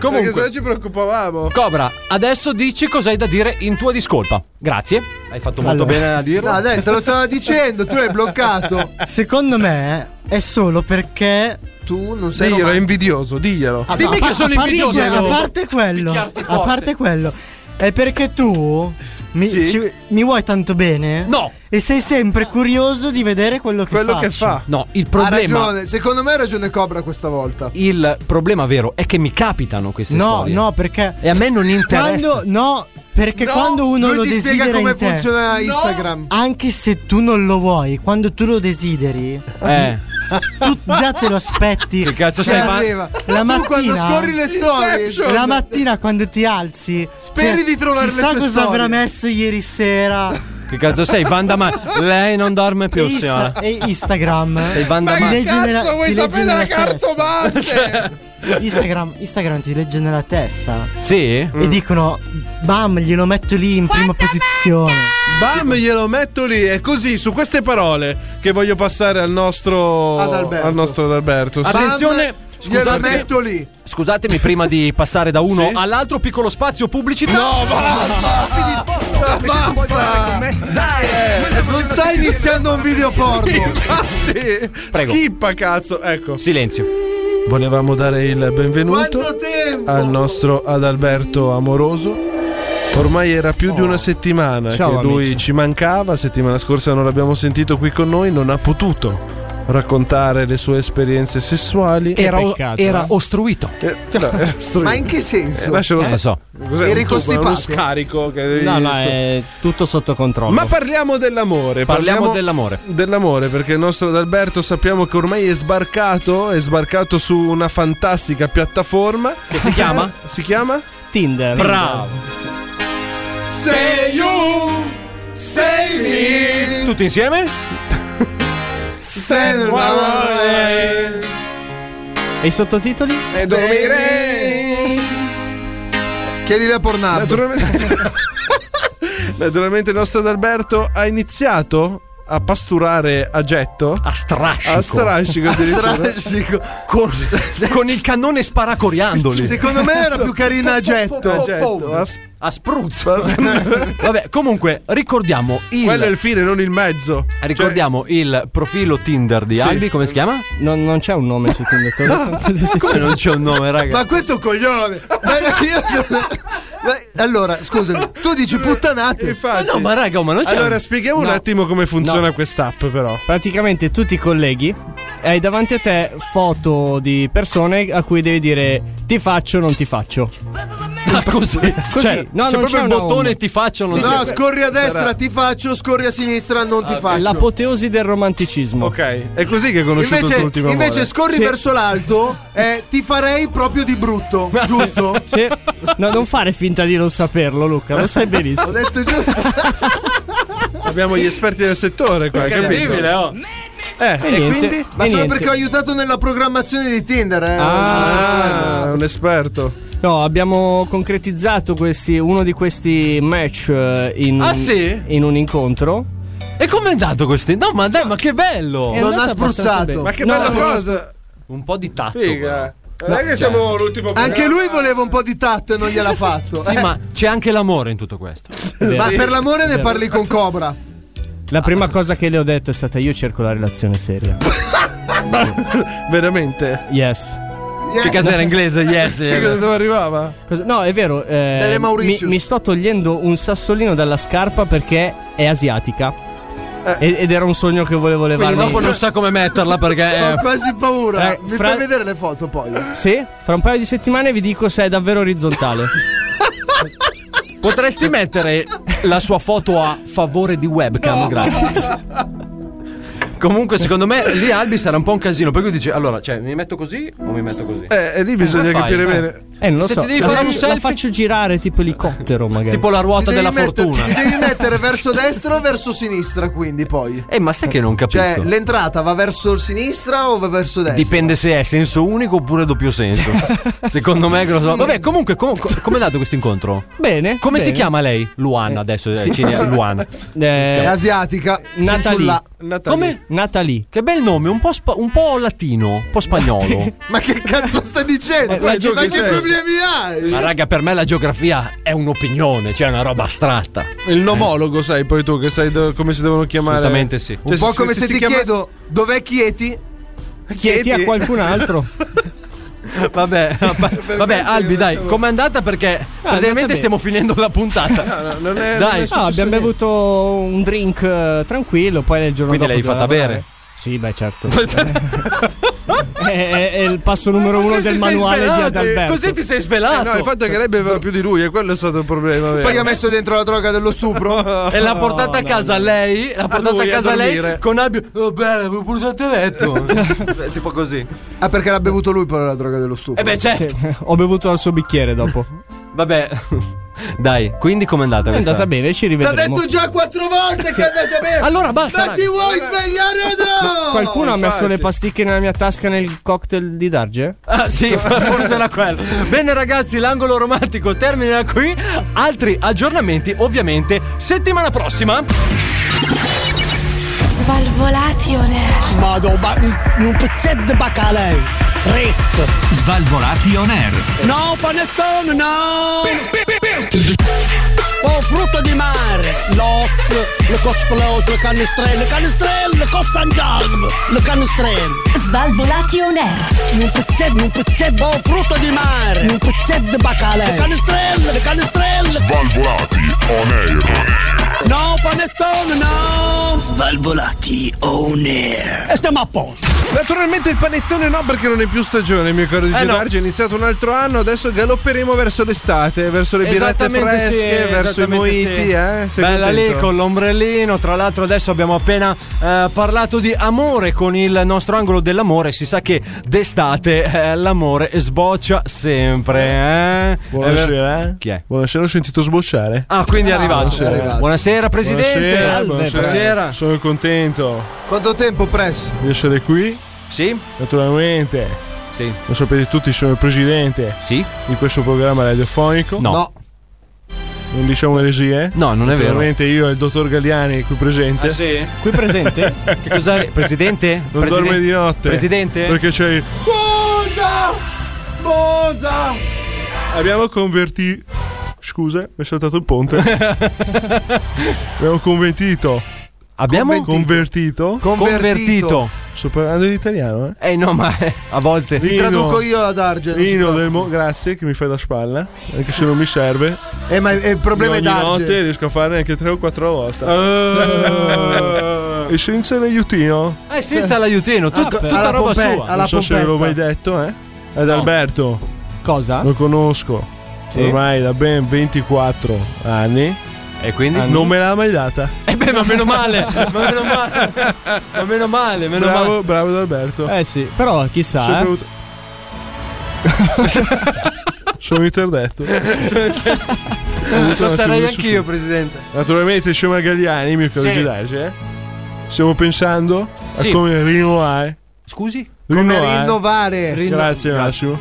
Speaker 8: Comunque.
Speaker 14: Perché se no ci preoccupavamo.
Speaker 8: Cobra, adesso dici cos'hai da dire in tua discolpa. Grazie, hai fatto molto
Speaker 9: Allora.
Speaker 8: bene a dirlo.
Speaker 4: No, dai, te lo stavo dicendo,
Speaker 8: [LAUGHS]
Speaker 4: tu l'hai bloccato.
Speaker 9: Secondo me è solo perché.
Speaker 4: Tu non
Speaker 9: sei
Speaker 7: Diglielo, è
Speaker 9: romano.
Speaker 7: invidioso, diglielo.
Speaker 9: Ah, no, a par- a parte- A parte quello, a parte quello, è perché tu mi,
Speaker 7: Sì.
Speaker 9: ci- mi vuoi tanto bene?
Speaker 8: No.
Speaker 9: E sei sempre curioso di vedere quello che
Speaker 4: Quello che
Speaker 9: faccio.
Speaker 4: fa.
Speaker 8: No, il
Speaker 4: Ha
Speaker 8: problema.
Speaker 4: ragione, secondo me ha ragione Cobra questa volta.
Speaker 8: il problema vero è che mi capitano queste
Speaker 9: No,
Speaker 8: storie.
Speaker 9: no, perché.
Speaker 8: E a me non interessa.
Speaker 9: Quando, no, perché
Speaker 4: No,
Speaker 9: quando uno
Speaker 4: lui
Speaker 9: lo
Speaker 4: ti spiega
Speaker 9: desidera
Speaker 4: come
Speaker 9: in te,
Speaker 4: funziona Instagram.
Speaker 9: Anche se tu non lo vuoi, quando tu lo desideri,
Speaker 8: Eh.
Speaker 9: tu già te lo aspetti. Che
Speaker 8: cazzo sei, ma-
Speaker 9: La
Speaker 4: Tu
Speaker 9: mattina,
Speaker 4: quando scorri le storie, cioè,
Speaker 9: la mattina quando ti alzi,
Speaker 4: Speri
Speaker 9: cioè,
Speaker 4: di trovare le
Speaker 9: chissà
Speaker 4: tue
Speaker 9: cosa
Speaker 4: storie.
Speaker 9: avrà messo ieri sera.
Speaker 8: Che cazzo sei? Vanda Ma lei non dorme più,
Speaker 9: E Insta-
Speaker 8: signora.
Speaker 9: e Instagram eh,
Speaker 8: Sei Vanda
Speaker 9: ti
Speaker 8: Ma-
Speaker 9: legge nella- ti legge nella testa. [LAUGHS] Instagram,
Speaker 6: Instagram-
Speaker 9: Cioè, Instagram ti legge nella testa
Speaker 8: Sì?
Speaker 9: e dicono bam glielo metto lì in prima posizione
Speaker 7: Bam, glielo metto lì. È così, su queste parole che voglio passare al nostro.
Speaker 4: Adalberto.
Speaker 7: Al nostro Adalberto. sì.
Speaker 8: Attenzione,
Speaker 4: glielo
Speaker 8: scusatemi.
Speaker 4: metto lì.
Speaker 8: Scusatemi prima di passare da uno
Speaker 4: Sì?
Speaker 8: all'altro piccolo spazio pubblicità.
Speaker 4: No, basta! Dai, non stai iniziando un video
Speaker 8: [LAUGHS]
Speaker 4: porno.
Speaker 7: Prego. Schippa, cazzo. Ecco.
Speaker 8: Silenzio.
Speaker 7: Volevamo dare il benvenuto
Speaker 4: Quanto tempo?
Speaker 7: al nostro Adalberto Amoroso. Ormai era più
Speaker 8: Oh.
Speaker 7: di una settimana
Speaker 12: Ciao,
Speaker 7: che lui
Speaker 12: amici.
Speaker 7: ci mancava, settimana scorsa non l'abbiamo sentito qui con noi, non ha potuto raccontare le sue esperienze sessuali.
Speaker 8: Era, era ostruito.
Speaker 7: Cioè,
Speaker 4: Ma in che senso?
Speaker 7: Eh, lascialo
Speaker 4: Eh,
Speaker 7: stare.
Speaker 8: so.
Speaker 7: Cos'è
Speaker 4: Eri
Speaker 7: un tubo?
Speaker 4: costipato?
Speaker 7: Uno scarico Ecco, che devi-
Speaker 12: No, no, è tutto sotto controllo.
Speaker 7: Ma parliamo dell'amore.
Speaker 12: Parliamo dell'amore.
Speaker 7: Dell'amore, perché il nostro Adalberto sappiamo che ormai è sbarcato, è sbarcato su una fantastica piattaforma. Che
Speaker 12: si chiama?
Speaker 7: [LAUGHS] si chiama?
Speaker 12: Tinder.
Speaker 7: Bravo.
Speaker 12: Say
Speaker 7: you, say
Speaker 8: me. Tutti insieme?
Speaker 7: Send one
Speaker 4: Eh.
Speaker 7: away.
Speaker 12: E i sottotitoli?
Speaker 7: E dormire.
Speaker 4: Chiedile a Pornhub.
Speaker 7: Naturalmente, [LAUGHS] Naturalmente il nostro Adalberto ha iniziato a pasturare a getto. A
Speaker 8: strascico.
Speaker 7: A strascico addirittura.
Speaker 8: Con, con il cannone sparacoriandoli.
Speaker 4: Secondo me era più
Speaker 8: [LAUGHS]
Speaker 4: carina a getto.
Speaker 8: A getto, a, spruzzo. Vabbè, comunque, ricordiamo il.
Speaker 7: Quello è il fine, non il mezzo.
Speaker 8: Ricordiamo il profilo Tinder di
Speaker 12: Sì.
Speaker 8: Albi, come si chiama?
Speaker 12: Non, non c'è un nome su Tinder. te l'ho detto anche se
Speaker 8: Come
Speaker 12: c'è.
Speaker 8: non c'è un nome, raga?
Speaker 4: Ma questo è un coglione. Ma io- Ma- Allora, scusami, tu dici puttanate.
Speaker 7: Infatti.
Speaker 8: No, ma raga, ma non c'è.
Speaker 7: Allora, spieghiamo un
Speaker 12: No.
Speaker 7: attimo come funziona quest'app, però.
Speaker 12: Praticamente tu ti colleghi e hai davanti a te foto di persone a cui devi dire ti faccio o non ti faccio. [LAUGHS]
Speaker 8: Ah, così?
Speaker 12: Così.
Speaker 8: Cioè,
Speaker 12: no,
Speaker 8: c'è
Speaker 12: non
Speaker 8: proprio
Speaker 12: c'è
Speaker 8: il
Speaker 12: una
Speaker 8: bottone
Speaker 12: home.
Speaker 8: ti faccio, Ah, non
Speaker 12: Sì,
Speaker 8: ti
Speaker 12: sì.
Speaker 4: No, scorri a destra,
Speaker 12: Sarà-
Speaker 4: ti faccio, scorri a sinistra, non ti faccio.
Speaker 12: L'apoteosi del romanticismo.
Speaker 7: Ok, è così che è conosciuto
Speaker 4: Invece,
Speaker 7: il suo ultimo amore.
Speaker 4: invece scorri
Speaker 12: Sì.
Speaker 4: verso l'alto e ti farei proprio di brutto, giusto?
Speaker 12: Sì. No, non fare finta di non saperlo, Luca, lo sai
Speaker 4: Ho
Speaker 12: benissimo.
Speaker 4: detto giusto.
Speaker 7: [LAUGHS] Abbiamo gli esperti del settore qua, capito?
Speaker 8: Incredibile, oh.
Speaker 7: Eh,
Speaker 4: E quindi? Ma solo perché ho aiutato nella programmazione di Tinder. eh.
Speaker 7: Ah, un esperto.
Speaker 12: No, abbiamo concretizzato questi- uno di questi match eh, in,
Speaker 8: Ah, sì?
Speaker 12: in un incontro.
Speaker 8: E com'è andato questo? No, ma dai, ma che bello!
Speaker 12: È
Speaker 4: Non ha
Speaker 12: andato abbastanza
Speaker 4: spruzzato.
Speaker 12: bene.
Speaker 7: Ma che
Speaker 12: No,
Speaker 7: bella
Speaker 12: no,
Speaker 7: cosa.
Speaker 8: Un po' di tatto.
Speaker 7: Figa.
Speaker 8: però. Cioè,
Speaker 7: Non è che
Speaker 8: No,
Speaker 7: siamo l'ultimo
Speaker 4: Anche lui voleva un po' di tatto e non
Speaker 8: [LAUGHS]
Speaker 4: gliel'ha fatto.
Speaker 8: Sì,
Speaker 4: Eh,
Speaker 8: ma c'è anche l'amore in tutto questo.
Speaker 4: ma
Speaker 12: Sì.
Speaker 4: per l'amore ne
Speaker 12: Vero.
Speaker 4: parli con Cobra.
Speaker 12: La prima cosa che le ho detto è stata io cerco la
Speaker 4: [LAUGHS]
Speaker 12: relazione seria.
Speaker 7: Veramente?
Speaker 12: Yes.
Speaker 8: Che cazzo era inglese? Yes.
Speaker 7: Sai cosa dove arrivava?
Speaker 12: Cosa- No, è vero. eh,
Speaker 4: Delle
Speaker 12: mi,
Speaker 4: Mauritius.
Speaker 12: mi sto togliendo un sassolino dalla scarpa perché è asiatica. E- Ed era un sogno che volevo levarmi.
Speaker 4: Eh. dopo
Speaker 8: Cioè,
Speaker 4: non
Speaker 12: so come metterla
Speaker 4: Ho quasi paura.
Speaker 12: eh,
Speaker 4: Mi
Speaker 12: fra-
Speaker 4: fai vedere le foto poi.
Speaker 12: Sì, fra un paio di settimane vi dico se è davvero orizzontale.
Speaker 20: Potresti mettere la sua foto a favore di webcam, grazie.
Speaker 8: Comunque, secondo me lì Albi sarà un po' un casino. Perché lui dice: Allora, cioè, mi metto così o mi metto così?
Speaker 17: Eh, lì
Speaker 12: bisogna
Speaker 8: Come fai?
Speaker 12: capire
Speaker 8: Eh.
Speaker 12: bene. Eh, non lo
Speaker 8: Se
Speaker 12: so.
Speaker 8: ti devi
Speaker 12: la,
Speaker 8: fare un
Speaker 12: faccio- la
Speaker 8: selfie-
Speaker 12: faccio girare tipo elicottero, magari.
Speaker 8: Tipo la ruota
Speaker 4: Ti devi
Speaker 8: della
Speaker 4: mettere-
Speaker 8: fortuna.
Speaker 4: Ti
Speaker 8: [LAUGHS]
Speaker 4: devi mettere verso destra o verso sinistra, quindi poi.
Speaker 8: Eh, ma sai che non capisco?
Speaker 4: Cioè, l'entrata va verso sinistra o va verso destra?
Speaker 8: Dipende se è senso unico oppure doppio
Speaker 12: [LAUGHS]
Speaker 8: senso. Secondo me, è grosso. Vabbè, comunque, com- com- come è andato questo incontro?
Speaker 12: Bene.
Speaker 8: Come si
Speaker 12: Eh, bene.
Speaker 8: chiama lei? Luan adesso, eh,
Speaker 12: sì.
Speaker 8: Cilia, Luan.
Speaker 12: Eh,
Speaker 4: È asiatica.
Speaker 12: Natalie.
Speaker 4: Ciulla.
Speaker 8: Come?
Speaker 12: Natalie.
Speaker 8: Che bel nome, un po', spa- un po' latino, un po' spagnolo.
Speaker 4: [LAUGHS] Ma che cazzo stai dicendo?
Speaker 8: Ma la
Speaker 4: Ma che
Speaker 8: gioca- sì.
Speaker 4: problemi hai?
Speaker 8: Ma raga, per me la geografia è un'opinione, cioè è una roba astratta.
Speaker 17: Il nomologo, sai, poi tu che sai do- come si devono chiamare.
Speaker 8: Eh.
Speaker 17: Cioè,
Speaker 8: Assolutamente sì.
Speaker 4: Un po' come se,
Speaker 17: si
Speaker 4: ti
Speaker 17: chiamasse-
Speaker 4: chiedo dov'è Chieti?
Speaker 17: Chieti a qualcun
Speaker 4: [LAUGHS]
Speaker 12: altro.
Speaker 8: Vabbè, vabbè, vabbè Albi, dai, com'è andata?
Speaker 4: Ah,
Speaker 8: Perché praticamente
Speaker 12: bene.
Speaker 8: stiamo finendo la puntata. Ah,
Speaker 12: Dai, no, abbiamo bevuto un drink eh, tranquillo, poi nel giorno
Speaker 8: Quindi
Speaker 12: dopo
Speaker 8: l'hai
Speaker 12: doveva
Speaker 8: fatta
Speaker 12: lavorare.
Speaker 8: bere?
Speaker 12: Sì,
Speaker 8: [LAUGHS]
Speaker 12: beh, certo. è, è- è il passo numero uno del manuale di Adalberto.
Speaker 17: Eh no, il fatto è che lei beveva più di lui e quello è stato il problema. vero?
Speaker 4: Poi ha messo dentro la droga dello stupro.
Speaker 8: E l'ha portata a casa lei, l'ha portata a,
Speaker 4: lui, a
Speaker 8: casa lei
Speaker 4: dormire.
Speaker 8: con Albi. Oh, bene, avevo portato a letto. Eh, tipo così.
Speaker 4: [LAUGHS] Ah, perché l'ha bevuto lui però la droga dello stupro.
Speaker 8: Eh beh, certo.
Speaker 12: Sì, Ho bevuto dal suo bicchiere dopo.
Speaker 8: Vabbè. [LAUGHS] Dai, quindi com'è andata?
Speaker 12: È
Speaker 8: questa?
Speaker 12: andata bene,
Speaker 4: T'ha
Speaker 12: ci rivedremo.
Speaker 4: detto già quattro volte che andate bene.
Speaker 8: Allora basta,
Speaker 4: Ma ti
Speaker 8: raga.
Speaker 4: vuoi svegliare o no?
Speaker 12: Qualcuno ha messo le pasticche nella mia tasca nel cocktail di Darge?
Speaker 17: [LAUGHS]
Speaker 4: [LAUGHS]
Speaker 8: Ah sì, [LAUGHS] forse era quello. Bene ragazzi, l'angolo romantico termina qui. Altri aggiornamenti ovviamente settimana prossima.
Speaker 23: Svalvolazione.
Speaker 11: Vado, ba- un, un pezzetto di bacalei. Fritto.
Speaker 24: Svalvolati on air.
Speaker 11: No, panettone, no! Oh, frutto di mare! L'os, le cosplot, le canestrelle, le canestrelle, le cozzangiarme, le canestrelle. Svalvolati on air. Un pezzetto, un pezzetto, oh, frutto di mare! Un pezzetto di bacalei. Le canestrelle, le canestrelle.
Speaker 25: Svalvolati on air.
Speaker 11: No, panettone, no! Svalvolati on air. E stiamo a posto.
Speaker 17: Naturalmente il panettone no, perché non è più stagione, mio caro di
Speaker 11: Eh, no.
Speaker 17: Gedarge. È iniziato un altro anno, adesso galopperemo verso l'estate, verso le birrette
Speaker 8: Esattamente
Speaker 17: fresche,
Speaker 8: sì,
Speaker 17: verso i
Speaker 8: esattamente
Speaker 17: moiti,
Speaker 8: sì.
Speaker 17: eh. Sei
Speaker 8: Bella lì
Speaker 17: contento?
Speaker 8: con l'ombrellino. Tra l'altro, adesso abbiamo appena eh, parlato di amore con il nostro angolo dell'amore. Si sa che d'estate eh, l'amore sboccia sempre. Eh?
Speaker 17: Buonasera.
Speaker 8: Chi è?
Speaker 17: Buonasera, ho sentito sbocciare.
Speaker 8: Ah, quindi è arrivato.
Speaker 17: buonasera.
Speaker 8: Buonasera, presidente.
Speaker 17: Buonasera,
Speaker 8: Salve,
Speaker 17: buonasera.
Speaker 8: buonasera.
Speaker 17: Sono contento
Speaker 4: Quanto tempo presso?
Speaker 17: di essere qui.
Speaker 8: Sì.
Speaker 17: Naturalmente.
Speaker 8: Sì.
Speaker 17: Lo sapete tutti, sono il presidente.
Speaker 8: Sì.
Speaker 17: Di questo programma radiofonico.
Speaker 8: No. No.
Speaker 17: Non diciamo eresie?
Speaker 8: No, non è vero. Ah,
Speaker 17: Naturalmente io e il dottor Galliani qui presente.
Speaker 8: sì? Qui presente?
Speaker 17: [LAUGHS]
Speaker 8: che cos'è? Presidente?
Speaker 17: Non
Speaker 8: Presiden-
Speaker 17: dorme di notte.
Speaker 8: Presidente?
Speaker 17: Perché c'è il-
Speaker 26: Cosa? Cosa?
Speaker 17: Abbiamo convertito. Scusa, mi è saltato il
Speaker 8: [LAUGHS]
Speaker 17: ponte. Abbiamo convertito.
Speaker 8: Abbiamo
Speaker 17: convertito.
Speaker 8: Convertito.
Speaker 17: Sto parlando di italiano,
Speaker 8: [LAUGHS]
Speaker 17: eh?
Speaker 8: Eh no, ma eh, a volte.
Speaker 4: Li traduco io ad Arge. non si
Speaker 17: Vino
Speaker 4: preoccupi.
Speaker 17: del mo- grazie che mi fai da spalla, anche se non mi serve.
Speaker 4: Eh, ma il problema è
Speaker 17: ogni
Speaker 4: Darge.
Speaker 17: notte riesco a fare anche 3 o 4 volte.
Speaker 4: Eh.
Speaker 17: e senza l'aiutino?
Speaker 8: Eh, senza l'aiutino, tutta, tutta
Speaker 4: Ah, alla
Speaker 8: roba
Speaker 4: Pompei,
Speaker 8: sua.
Speaker 17: non so se ve l'ho mai detto, eh? Ad Alberto.
Speaker 12: Cosa?
Speaker 17: Lo conosco.
Speaker 8: Sì.
Speaker 17: Ormai da ben 24 anni.
Speaker 8: E quindi?
Speaker 17: Non me l'ha mai data.
Speaker 8: Eh beh, [LAUGHS] ma meno male, ma meno male, ma meno male, meno
Speaker 17: bravo,
Speaker 8: male.
Speaker 17: bravo ad Alberto.
Speaker 12: Eh sì, però chissà.
Speaker 17: Sono
Speaker 12: eh.
Speaker 17: prevenuto-
Speaker 4: [LAUGHS]
Speaker 17: Sono interdetto.
Speaker 8: Lo sarei
Speaker 17: attimo
Speaker 8: anch'io,
Speaker 17: su-
Speaker 8: presidente.
Speaker 17: Naturalmente siamo a Galliani, mio caro
Speaker 8: Sì.
Speaker 17: Gilarge, eh. Stiamo pensando
Speaker 8: Sì.
Speaker 17: a come rinnovare.
Speaker 8: Scusi?
Speaker 4: Come rinnovare.
Speaker 17: Rinno- Grazie Massimo.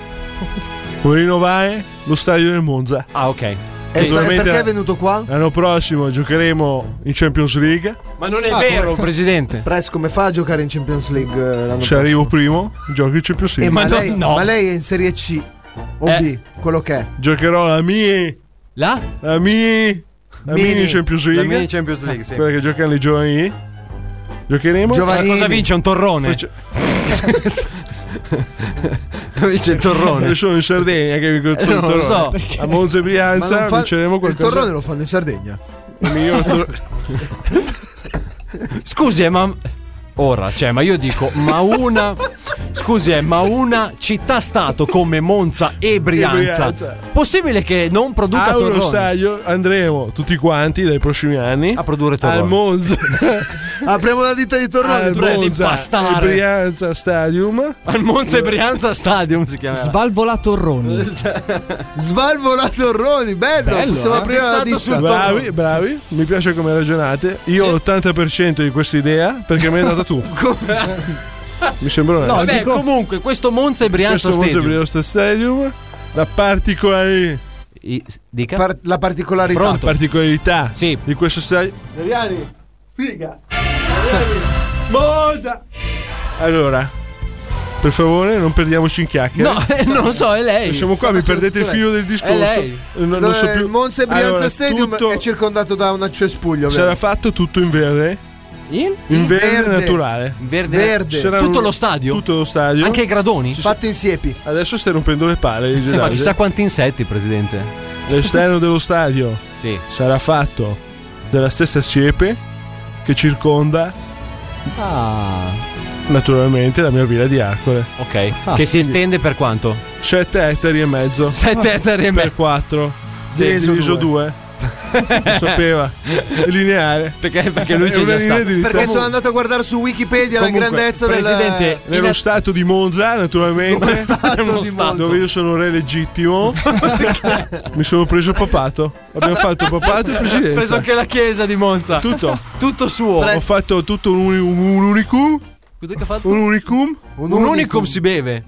Speaker 17: Come rinnovare lo stadio del Monza.
Speaker 8: Ah, ok.
Speaker 4: E sta- e Eh, perché è venuto qua?
Speaker 17: L'anno prossimo giocheremo in Champions League.
Speaker 8: Ma non è
Speaker 4: Ah,
Speaker 8: vero,
Speaker 4: come-
Speaker 8: presidente.
Speaker 4: Pres, come fa a giocare in Champions League eh, l'anno
Speaker 17: Ci
Speaker 4: prossimo?
Speaker 17: arrivo primo, giochi in Champions
Speaker 4: Eh,
Speaker 17: League.
Speaker 4: ma, lei, ma lei è in Serie C o
Speaker 8: Eh.
Speaker 4: B, quello che è.
Speaker 17: Giocherò la mia.
Speaker 8: La?
Speaker 17: La mia. La
Speaker 4: Mini.
Speaker 17: mini Champions
Speaker 8: La
Speaker 17: League.
Speaker 8: mini Champions League, sì.
Speaker 17: Quella che giocano le giovani. Giocheremo.
Speaker 8: Ma Eh, cosa vince? Un torrone?
Speaker 17: Faccio-
Speaker 8: Dove c'è il torrone?
Speaker 17: Io sono in Sardegna che mi
Speaker 8: Eh,
Speaker 17: consolo
Speaker 8: non
Speaker 17: il
Speaker 8: lo
Speaker 17: torrone.
Speaker 8: so,
Speaker 17: A Monza e
Speaker 4: Ma
Speaker 17: Brianza
Speaker 4: non fa-
Speaker 17: vinceremo
Speaker 4: Il
Speaker 17: [LAUGHS] qualcosa.
Speaker 4: [LAUGHS] torrone lo fanno in Sardegna.
Speaker 17: Il miglior tor-
Speaker 8: Scusi, eh, ma. Ora, cioè, ma io dico, ma una. Scusi, eh, ma una città-stato come Monza e
Speaker 17: E
Speaker 8: Brianza.
Speaker 17: Brianza.
Speaker 8: Possibile che non produca
Speaker 17: a
Speaker 8: torroni?
Speaker 17: Eurostadio andremo tutti quanti dai prossimi anni a
Speaker 8: produrre
Speaker 17: al
Speaker 8: torroni.
Speaker 17: Monza
Speaker 4: Ah, apriamo la ditta di torroni
Speaker 17: al
Speaker 4: tu devi
Speaker 17: Ah, Monza e
Speaker 4: impastare.
Speaker 17: Brianza Stadium
Speaker 8: Al Monza e Brianza Stadium si chiama.
Speaker 4: Svalvolatorroni. Svalvolatorroni, bello.
Speaker 17: Bello,
Speaker 4: Possiamo
Speaker 17: eh?
Speaker 4: aprire la
Speaker 17: Fissato
Speaker 4: ditta.
Speaker 17: sul Bravi, bravi, mi piace come ragionate. Io ho l'80% di questa idea perché me l'hai data
Speaker 8: [LAUGHS]
Speaker 17: tu. mi sembra una
Speaker 8: Vabbè, comunque, questo Monza e Brianza
Speaker 17: Questo Monza e
Speaker 8: Stadium.
Speaker 17: Brianza Stadium, la particolari-
Speaker 4: Par- la particolarità.
Speaker 17: la particolarità di questo stadio.
Speaker 14: Adriani, figa. Adriani, Monza.
Speaker 17: Allora, per favore, non perdiamoci in chiacchiere.
Speaker 8: No, eh, non lo so, è lei.
Speaker 17: Siamo qua, mi perdete il filo del discorso.
Speaker 4: È lei.
Speaker 17: Eh, Non, non so
Speaker 4: Allora,
Speaker 17: più.
Speaker 4: Monza e Brianza
Speaker 17: Allora,
Speaker 4: Stadium è circondato da un cespuglio.
Speaker 17: C'era
Speaker 4: vero?
Speaker 17: fatto tutto in verde.
Speaker 8: In,
Speaker 17: In verde,
Speaker 4: Verde.
Speaker 8: [LAUGHS]
Speaker 17: naturale.
Speaker 8: Verde.
Speaker 4: Verde.
Speaker 17: C'era
Speaker 4: Tutto
Speaker 17: un-
Speaker 4: lo stadio?
Speaker 17: Tutto lo stadio.
Speaker 8: Anche i gradoni?
Speaker 17: Fatti
Speaker 4: in siepi.
Speaker 17: Adesso stai rompendo le palle.
Speaker 8: Sì, ma chissà quanti insetti, presidente. [LAUGHS]
Speaker 17: L'esterno dello stadio
Speaker 8: Sì.
Speaker 17: sarà fatto della stessa siepe che circonda naturalmente la mia villa di Arcole.
Speaker 8: Ah. Ok.
Speaker 17: Ah,
Speaker 8: che
Speaker 17: quindi-
Speaker 8: si estende per quanto?
Speaker 17: 7 ettari e mezzo. [LAUGHS]
Speaker 8: 7 ettari e
Speaker 17: Per 4.
Speaker 8: Sì,
Speaker 17: diviso
Speaker 8: diviso
Speaker 17: 2. Lo
Speaker 8: [LAUGHS]
Speaker 17: sapeva. È lineare.
Speaker 8: Perché, Eh, perché lui
Speaker 17: È
Speaker 8: c'è
Speaker 17: una
Speaker 8: già
Speaker 17: linea
Speaker 8: stato.
Speaker 17: di vita.
Speaker 4: Perché sono andato a guardare su Wikipedia la grandezza
Speaker 17: Presidente,
Speaker 4: della
Speaker 17: nello stato di Monza, naturalmente, dove io sono re legittimo, mi sono preso papato.
Speaker 8: [LAUGHS]
Speaker 17: Abbiamo fatto papato e
Speaker 8: Ho preso
Speaker 17: presidenza.
Speaker 8: anche la chiesa di Monza.
Speaker 17: Tutto.
Speaker 8: Tutto suo.
Speaker 17: Ho fatto tutto un, un, un unicum.
Speaker 8: Cos'è che ha fatto?
Speaker 17: Un Mm. unicum.
Speaker 8: Un unicum, si beve.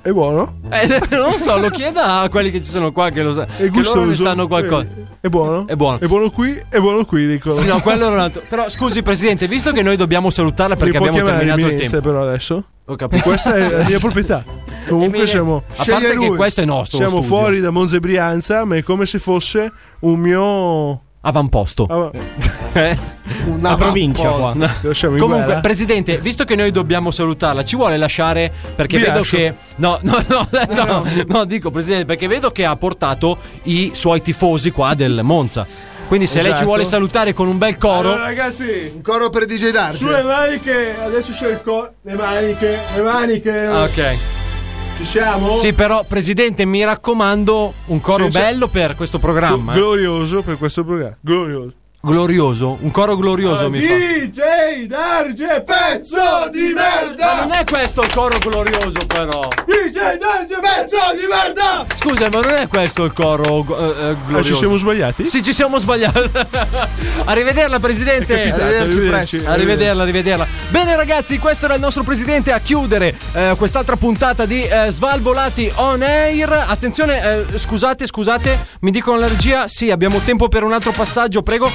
Speaker 17: È buono?
Speaker 8: Eh, [LAUGHS] non lo so, lo chieda a quelli che ci sono qua che lo sa- che loro ne
Speaker 17: gustoso.
Speaker 8: sanno qualcosa.
Speaker 17: È buono?
Speaker 8: È buono.
Speaker 17: È buono qui, è buono qui, dicono.
Speaker 8: Sì, no, quello era un
Speaker 17: [LAUGHS]
Speaker 8: altro. Però scusi, presidente, visto che noi dobbiamo salutarla
Speaker 17: Mi
Speaker 8: perché
Speaker 17: può
Speaker 8: abbiamo
Speaker 17: chiamare
Speaker 8: terminato il
Speaker 17: Eminenza,
Speaker 8: tempo.
Speaker 17: però adesso?
Speaker 8: Ho capito.
Speaker 17: Questa è la mia
Speaker 8: [LAUGHS]
Speaker 17: proprietà. Comunque
Speaker 8: Emile,
Speaker 17: siamo.
Speaker 8: a parte
Speaker 17: Sceglie
Speaker 8: che questo è nostro
Speaker 17: Siamo
Speaker 8: lo studio.
Speaker 17: fuori da Monza e Brianza, ma è come se fosse un mio
Speaker 8: avamposto.
Speaker 17: Ah,
Speaker 8: [LAUGHS] Eh?
Speaker 17: Una
Speaker 8: provincia qua.
Speaker 17: Lasciamo in
Speaker 8: Comunque,
Speaker 17: guerra.
Speaker 8: presidente, visto che noi dobbiamo salutarla, ci vuole lasciare perché
Speaker 17: Vi
Speaker 8: vedo
Speaker 17: lascio.
Speaker 8: che no, no, no, [LAUGHS] no, no, dico presidente, perché vedo che ha portato i suoi tifosi qua del Monza. Quindi se lei ci
Speaker 17: Esatto.
Speaker 8: vuole salutare con un bel coro,
Speaker 14: Allora, ragazzi,
Speaker 4: un coro per DJ Darge.
Speaker 14: Sulle maniche, adesso c'è il coro. Le maniche, le maniche.
Speaker 8: Ah, ok.
Speaker 14: Ci siamo?
Speaker 8: Sì, però presidente, mi raccomando un coro
Speaker 17: Senza-
Speaker 8: bello per questo programma. eh.
Speaker 17: Glorioso per questo programma. Glorioso.
Speaker 8: glorioso, un coro glorioso
Speaker 14: Ah,
Speaker 8: mi fa.
Speaker 14: DJ Darge, pezzo di merda!
Speaker 8: Ma non è questo il coro glorioso però.
Speaker 14: DJ Darge, pezzo di merda!
Speaker 8: Scusa, ma non è questo il coro eh, eh, glorioso?
Speaker 17: Ah, ci siamo sbagliati?
Speaker 8: Sì, [LAUGHS] ci siamo sbagliati. Arrivederla, presidente.
Speaker 17: È capitato, Arrivederci, arrivederci. presto.
Speaker 8: Arrivederla, arrivederla. Bene, ragazzi, questo era il nostro presidente a chiudere eh, quest'altra puntata di eh, Svalvolati on air. Attenzione, eh, scusate, scusate, mi dicono la regia. Sì, abbiamo tempo per un altro passaggio, prego.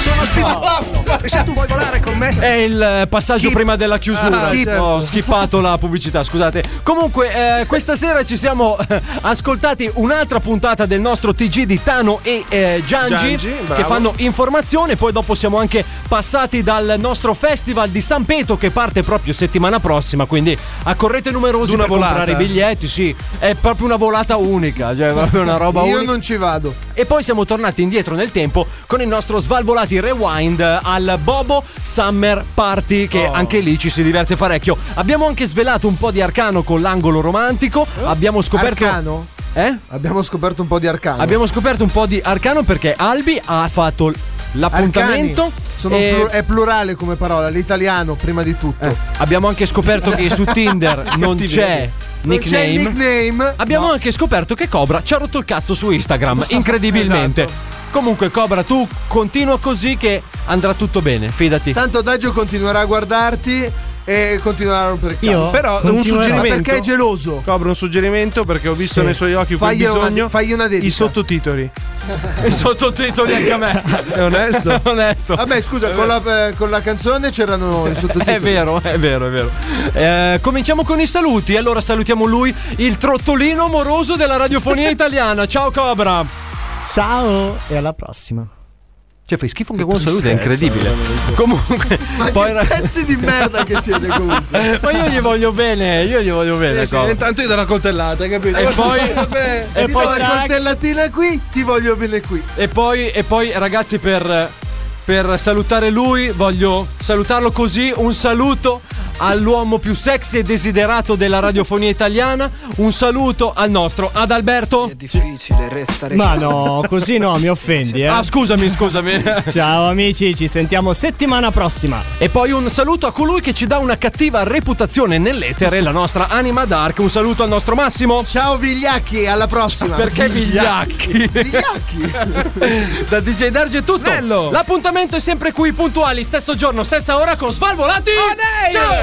Speaker 15: Sono Speedy E se tu vuoi volare con me
Speaker 8: È il eh, passaggio
Speaker 15: Skip.
Speaker 8: prima della chiusura.
Speaker 15: Ah, skip.
Speaker 8: Ho skippato la pubblicità, scusate. Comunque, eh, questa sera ci siamo eh, ascoltati un'altra puntata del nostro TG di Tano e eh, Giangi,
Speaker 17: Giangi, bravo.
Speaker 8: che fanno informazione. Poi dopo siamo anche passati dal nostro festival di San Peto che parte proprio settimana prossima. Quindi accorrete numerosi
Speaker 17: D'una
Speaker 8: per comprare
Speaker 17: volata.
Speaker 8: i biglietti. Sì, è proprio una volata unica, cioè è proprio una roba
Speaker 4: Io
Speaker 8: unica.
Speaker 4: non ci vado.
Speaker 8: E poi siamo tornati indietro nel tempo con il nostro Svalvolati Rewind eh, al Bobo Summer Party,
Speaker 4: Oh.
Speaker 8: che anche lì ci si diverte parecchio. Abbiamo anche svelato un po' di arcano con l'angolo romantico. Abbiamo scoperto.
Speaker 4: Eh? Arcano?
Speaker 8: Eh?
Speaker 4: Abbiamo scoperto un po' di arcano.
Speaker 8: Abbiamo scoperto un po' di arcano perché Albi ha fatto l-
Speaker 4: Arcani.
Speaker 8: l'appuntamento.
Speaker 4: Sono
Speaker 8: e-
Speaker 4: plu- è plurale come parola, l'italiano prima di tutto.
Speaker 17: Eh.
Speaker 8: Abbiamo anche scoperto che
Speaker 4: [LAUGHS]
Speaker 8: su Tinder non c'è.
Speaker 4: Non c'è
Speaker 8: Nickname.
Speaker 4: il nickname.
Speaker 8: Abbiamo anche scoperto che Cobra ci ha rotto il cazzo
Speaker 4: [LAUGHS]
Speaker 8: su Instagram, incredibilmente.
Speaker 4: Esatto.
Speaker 8: Comunque, Cobra, tu continua così che andrà tutto bene, fidati.
Speaker 4: Tanto Daggio continuerà a guardarti e continuerà a rompere il cazzo.
Speaker 17: però un suggerimento.
Speaker 4: Ma
Speaker 17: [LAUGHS]
Speaker 4: perché è geloso?
Speaker 17: Cobra un suggerimento perché ho visto
Speaker 4: Sì.
Speaker 17: nei suoi occhi quel
Speaker 4: Faglielo una-
Speaker 17: bisogno.
Speaker 4: fagli una dedica.
Speaker 17: I sottotitoli.
Speaker 8: I sottotitoli anche a me.
Speaker 17: [LAUGHS] È onesto.
Speaker 8: Onesto.
Speaker 4: Vabbè, scusa, con la, eh, con la canzone c'erano
Speaker 8: [LAUGHS]
Speaker 4: i sottotitoli.
Speaker 8: È vero, è vero, è vero. Eh, cominciamo con i saluti. Allora salutiamo lui, il trottolino amoroso
Speaker 4: [LAUGHS]
Speaker 8: della radiofonia italiana. Ciao Cobra.
Speaker 27: Ciao e alla prossima.
Speaker 8: Cioè, fai schifo anche con saluti, è incredibile. Comunque,
Speaker 4: Ma
Speaker 8: poi
Speaker 4: che pezzi di merda
Speaker 8: [LAUGHS]
Speaker 4: che siete comunque.
Speaker 8: ma io gli voglio bene, io gli voglio bene.
Speaker 17: Eh sì,
Speaker 8: Cobra.
Speaker 17: intanto io do una coltellata, capito?
Speaker 8: E poi-
Speaker 17: Vabbè.
Speaker 4: E
Speaker 8: E
Speaker 4: ti
Speaker 8: poi
Speaker 4: do la
Speaker 8: tac.
Speaker 4: coltellatina qui, ti voglio bene qui.
Speaker 8: E poi, e poi, ragazzi, per. per salutare lui, voglio salutarlo così, un saluto all'uomo più sexy e desiderato della radiofonia italiana, un saluto al nostro Adalberto. È
Speaker 28: difficile restare
Speaker 12: Ma no, così no, mi offendi, eh.
Speaker 8: Ah, scusami, scusami.
Speaker 12: Ciao amici, ci sentiamo settimana prossima.
Speaker 8: E poi un saluto a colui che ci dà una cattiva reputazione nell'etere, la nostra anima dark. Un saluto al nostro Massimo.
Speaker 11: Ciao vigliacchi, alla prossima.
Speaker 8: Perché vigliacchi? [LAUGHS] da DJ Darge è tutto.
Speaker 11: Bello.
Speaker 8: L'appuntamento è sempre qui, puntuali, stesso giorno, stessa ora con Svalvolati. Ciao.